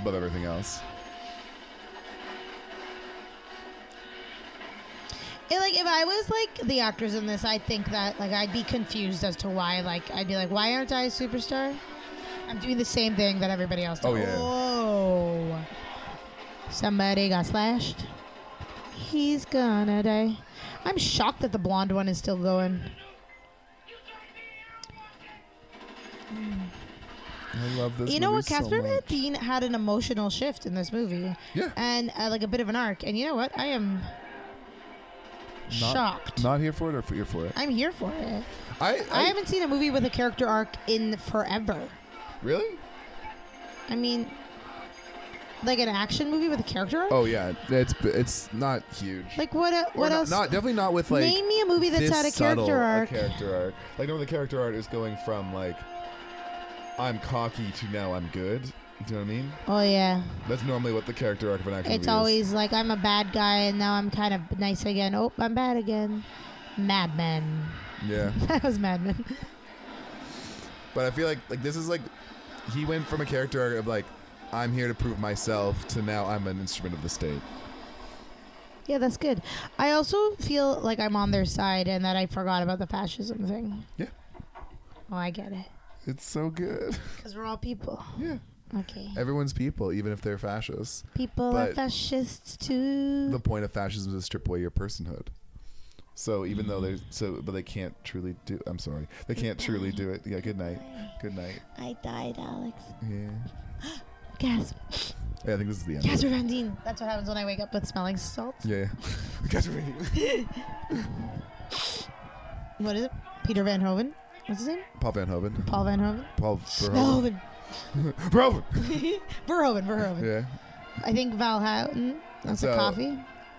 S1: above everything else.
S2: It, like if I was like the actors in this, I think that like I'd be confused as to why. Like I'd be like, why aren't I a superstar? I'm doing the same thing that everybody else. Does.
S1: Oh, yeah.
S2: Oh. Somebody got slashed. He's gonna die. I'm shocked that the blonde one is still going.
S1: I love this.
S2: you know
S1: movie
S2: what?
S1: so
S2: Casper Van
S1: much.
S2: Dien had an emotional shift in this movie,
S1: Yeah.
S2: and uh, like a bit of an arc. And you know what? I am
S1: Not-
S2: shocked.
S1: Not here for it or for- here for it.
S2: I'm here for it.
S1: I,
S2: I
S1: I
S2: haven't seen a movie with a character arc in forever.
S1: really.
S2: I mean, like an action movie with a character arc?
S1: Oh yeah, it's it's not huge.
S2: Like what? Uh,
S1: Or
S2: what
S1: not,
S2: else?
S1: Not definitely not with like
S2: Name me a movie that's
S1: this
S2: had a
S1: subtle
S2: character arc.
S1: character arc. Like no, the character art is going from like I'm cocky to now I'm good. Do you know what I mean?
S2: Oh yeah,
S1: That's normally what the character arc of an action movie
S2: it's
S1: is.
S2: always like I'm a bad guy and now I'm kind of nice again. Oh, I'm bad again. Mad Men.
S1: Yeah.
S2: That was Mad Men.
S1: But I feel like like this is like he went from a character of like I'm here to prove myself to now I'm an instrument of the state.
S2: Yeah, that's good. I also feel like I'm on their side and that I forgot about the fascism thing.
S1: Yeah.
S2: Oh, I get it.
S1: It's so good.
S2: Because we're all people.
S1: Yeah.
S2: Okay.
S1: Everyone's people, even if they're fascists.
S2: People are
S1: but-
S2: fascists too.
S1: The point of fascism is to strip away your personhood. So even though they're so, but they can't truly do. I'm sorry, they can't truly do it. Yeah. Good night. Good night.
S2: I died, Alex.
S1: Yeah.
S2: Gas.
S1: Yeah, I think this is the end.
S2: Gas Revandine. That's what happens when I wake up with smelling salt.
S1: Yeah. Guys, we're making-
S2: What is it? Peter Van Hoven? What's his name?
S1: Paul Van Hoven.
S2: Paul Van Hoven?
S1: Paul Verhoeven.
S2: Verhoeven.
S1: Verhoeven.
S2: Verhoeven. Verhoeven.
S1: Yeah.
S2: I think Val Houten. That's
S1: So-
S2: a coffee.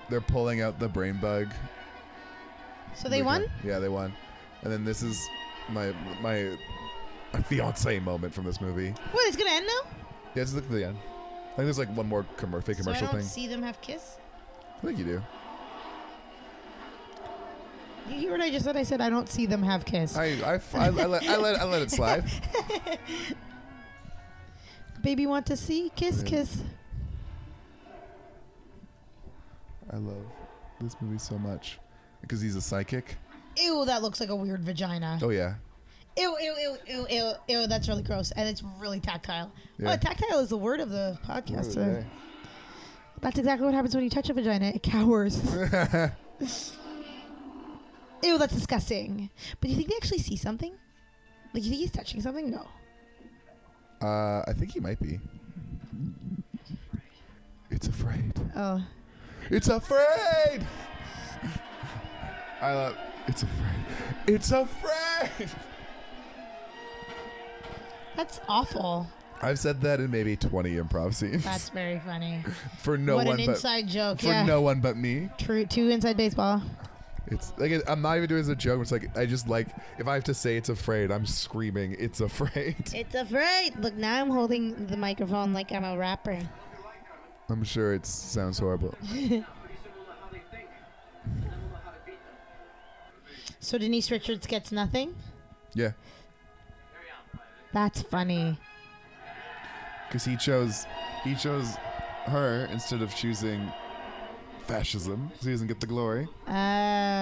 S1: They're pulling out the brain bug.
S2: So they
S1: Like,
S2: won?
S1: uh, Yeah, they won. And then this is my my my fiance moment from this movie.
S2: What, it's going to end now?
S1: Yeah, just look at the end. I think there's like one more commer- fake
S2: so I
S1: commercial
S2: don't
S1: thing.
S2: see them have kiss?
S1: I think you do.
S2: You hear what I just said? I said I don't see them have kiss.
S1: I I, f- I- I let, I let I let it slide.
S2: Baby want to see kiss
S1: Yeah.
S2: kiss.
S1: I love this movie so much because he's a psychic.
S2: Ew, that looks like a weird vagina.
S1: Oh yeah,
S2: Ew, ew, ew, ew, ew, ew. That's really gross, and it's really tactile.
S1: Yeah.
S2: Oh, tactile is the word of the podcast.
S1: Really,
S2: today. That's exactly what happens when you touch a vagina. It cowers.
S1: yeah.
S2: ew, that's disgusting. But do you think they actually see something? Like, you think he's touching something? No.
S1: uh, I think he might be. It's afraid.
S2: Oh,
S1: It's afraid. I love. It's afraid. It's afraid.
S2: that's awful.
S1: I've said that in maybe 20 improv scenes
S2: That's very funny.
S1: for no
S2: what
S1: one
S2: an
S1: but
S2: inside joke.
S1: for
S2: yeah.
S1: no one but me.
S2: True. Two inside baseball.
S1: It's like it- I'm not even doing it as a joke. It's like I just like if I have to say it's afraid, I'm screaming. It's afraid.
S2: It's afraid. Look, now I'm holding the microphone like I'm a rapper.
S1: I'm sure it sounds horrible.
S5: Pretty similar to how they think. And then we'll know how to beat them.
S2: So Denise Richards gets nothing.
S1: Yeah,
S2: That's funny.
S1: because he chose he chose her instead of choosing fascism, so he doesn't get the glory.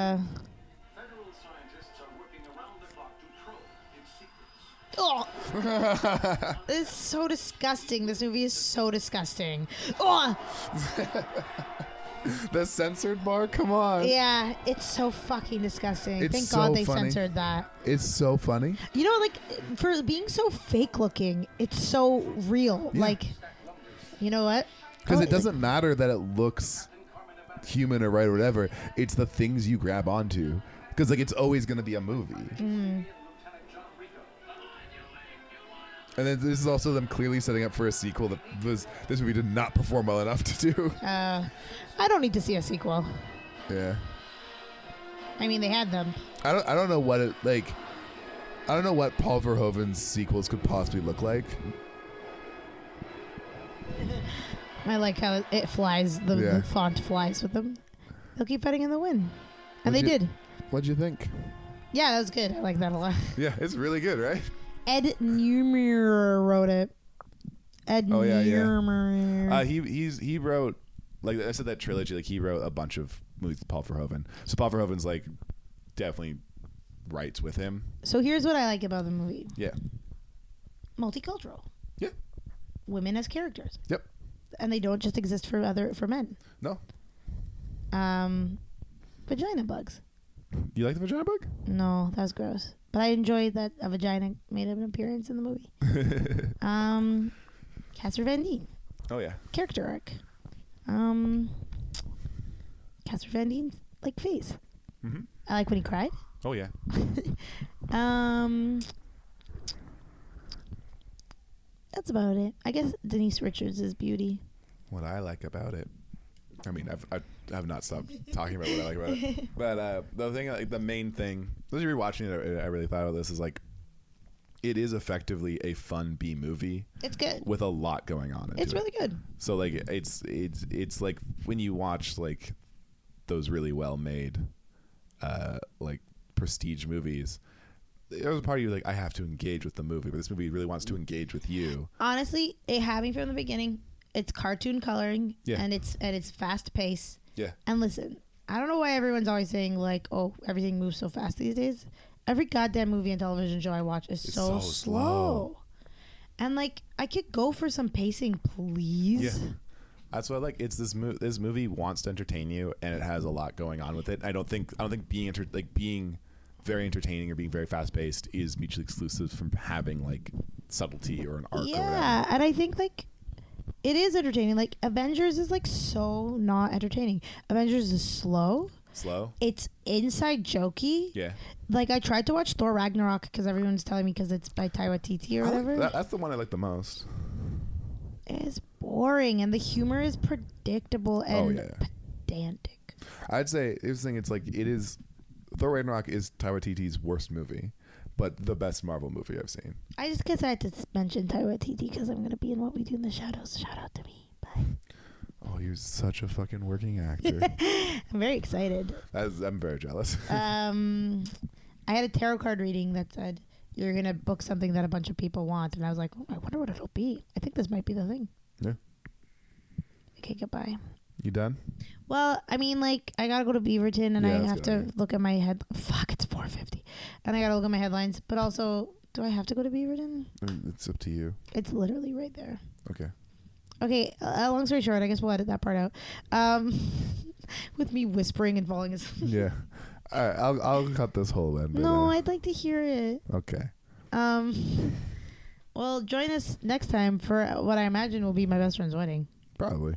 S2: Uh.
S5: Federal scientists are working around the clock to probe its secrets.
S2: Oh, it's so disgusting. This movie is so disgusting. Oh,
S1: The censored bar. Come on.
S2: yeah, it's so fucking disgusting.
S1: It's
S2: Thank
S1: so
S2: God they
S1: funny.
S2: censored that.
S1: It's so funny.
S2: You know, like for being so fake looking, it's so real.
S1: Yeah.
S2: Like, you know what?
S1: Because
S2: Oh,
S1: it doesn't matter that it looks human or right or whatever. It's the things you grab onto. Because like it's always gonna be a movie. And then this is also them clearly setting up for a sequel that was this movie did not perform well enough to do.
S2: Uh, I don't need to see a sequel.
S1: Yeah.
S2: I mean, they had them.
S1: I don't I don't know what it like I don't know what Paul Verhoeven's sequels could possibly look like.
S2: I like how it flies. The,
S1: Yeah.
S2: the font flies with them. They'll keep betting in the win,
S1: Would
S2: and they
S1: you-
S2: did.
S1: What'd you think?
S2: Yeah, that was good. I like that a lot.
S1: Yeah, it's really good, right?
S2: Ed Neumeyer wrote it. Ed
S1: Oh, yeah, yeah.
S2: Neumeyer.
S1: Uh, he he's he wrote like I said that trilogy. Like he wrote a bunch of movies with Paul Verhoeven. So Paul Verhoeven's like definitely writes with him.
S2: so here's what I like about the movie:
S1: Yeah.
S2: multicultural.
S1: Yeah.
S2: Women as characters,
S1: Yep.
S2: and they don't just exist for other for men.
S1: No.
S2: Um, vagina bugs.
S1: You like the vagina bug?
S2: No, that was gross. But I enjoyed that a vagina made an appearance in the movie. um, Casper Van Dien.
S1: Oh yeah.
S2: character arc. Um, Casper Van Dien's like face.
S1: Mhm.
S2: I like when he cried.
S1: Oh yeah.
S2: Um, that's about it. I guess Denise Richards is beauty.
S1: What I like about it. I mean, I've I, I've not stopped talking about what I like about it. But uh, the thing, like the main thing, as you're rewatching it, I, I really thought of this is like, it is effectively a fun B movie
S2: It's good.
S1: with a lot going on. into
S2: It's
S1: it.
S2: really good.
S1: So like it's it's it's like when you watch like those really well made uh, like prestige movies, there was a part of you like I have to engage with the movie, but this movie really wants to engage with you.
S2: Honestly, it had me from the beginning. It's cartoon coloring,
S1: Yeah.
S2: and it's and it's fast pace.
S1: Yeah,
S2: And listen, I don't know why everyone's always saying like, "Oh, everything moves so fast these days." Every goddamn movie and television show I watch is
S1: It's
S2: so,
S1: so
S2: slow.
S1: slow.
S2: And like, I could go for some pacing, please.
S1: yeah. That's what I like. It's this mo- this movie wants to entertain you, and it has a lot going on with it. I don't think I don't think being enter- like being very entertaining or being very fast paced is mutually exclusive from having like subtlety or an arc. or whatever.
S2: Yeah, and I think like it is entertaining. Like Avengers is like so not entertaining. Avengers is slow.
S1: slow.
S2: It's inside jokey.
S1: Yeah.
S2: Like I tried to watch Thor Ragnarok because everyone's telling me because it's by Taika Waititi or whatever.
S1: That- that's the one I like the most.
S2: It's boring, and the humor is predictable and
S1: Oh, yeah, yeah.
S2: pedantic.
S1: I'd say here's the thing. It's like it is. Thor Ragnarok is Taika Waititi's worst movie, but the best Marvel movie I've seen.
S2: I just guess I had to mention Taika Waititi because I'm gonna be in What We Do in the Shadows. Shout out to me. Bye.
S1: Oh, you're such a fucking working actor.
S2: I'm very excited.
S1: That's, I'm very jealous.
S2: um, I had a tarot card reading that said you're gonna book something that a bunch of people want, and I was like, oh, I wonder what it'll be. I think this might be the thing.
S1: Yeah.
S2: Okay, goodbye.
S1: you done?
S2: Well, I mean, like I gotta go to Beaverton, and
S1: Yeah,
S2: I
S1: that's
S2: have
S1: a good
S2: to
S1: idea.
S2: look at my head. Fuck, it's four fifty, and I gotta look at my headlines. But also, do I have to go to Beaverton?
S1: Mm, It's up to you.
S2: It's literally right there.
S1: Okay.
S2: Okay, uh, long story short, I guess we'll edit that part out. Um, with me whispering and falling asleep.
S1: Yeah. All right. I'll I'll cut this whole in. but,
S2: No,
S1: uh,
S2: I'd like to hear it.
S1: Okay.
S2: Um, well, join us next time for what I imagine will be my best friend's wedding,
S1: Probably.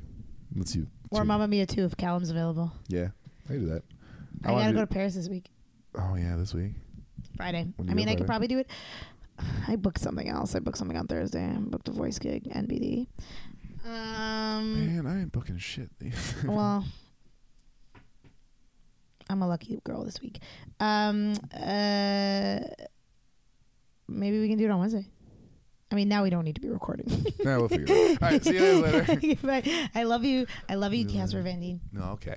S1: Let's you.
S2: or Mamma Mia too if Callum's available.
S1: Yeah. I can do that.
S2: I,
S1: wanna
S2: gotta
S1: do-
S2: go to Paris this week,
S1: Oh yeah, this week.
S2: Friday.
S1: When
S2: I
S1: you
S2: mean,
S1: go
S2: I could
S1: Friday?
S2: probably do it. I booked something else. I booked something on Thursday. I booked a voice gig, NBD. Um,
S1: Man, I ain't booking shit.
S2: well i'm a lucky girl this week um uh maybe we can do it on wednesday i mean now we don't need to be recording
S1: nah, we'll figure it out. All right. See you guys later.
S2: Bye. i love you i love you
S1: See you
S2: casper
S1: later.
S2: van dien
S1: no. Okay.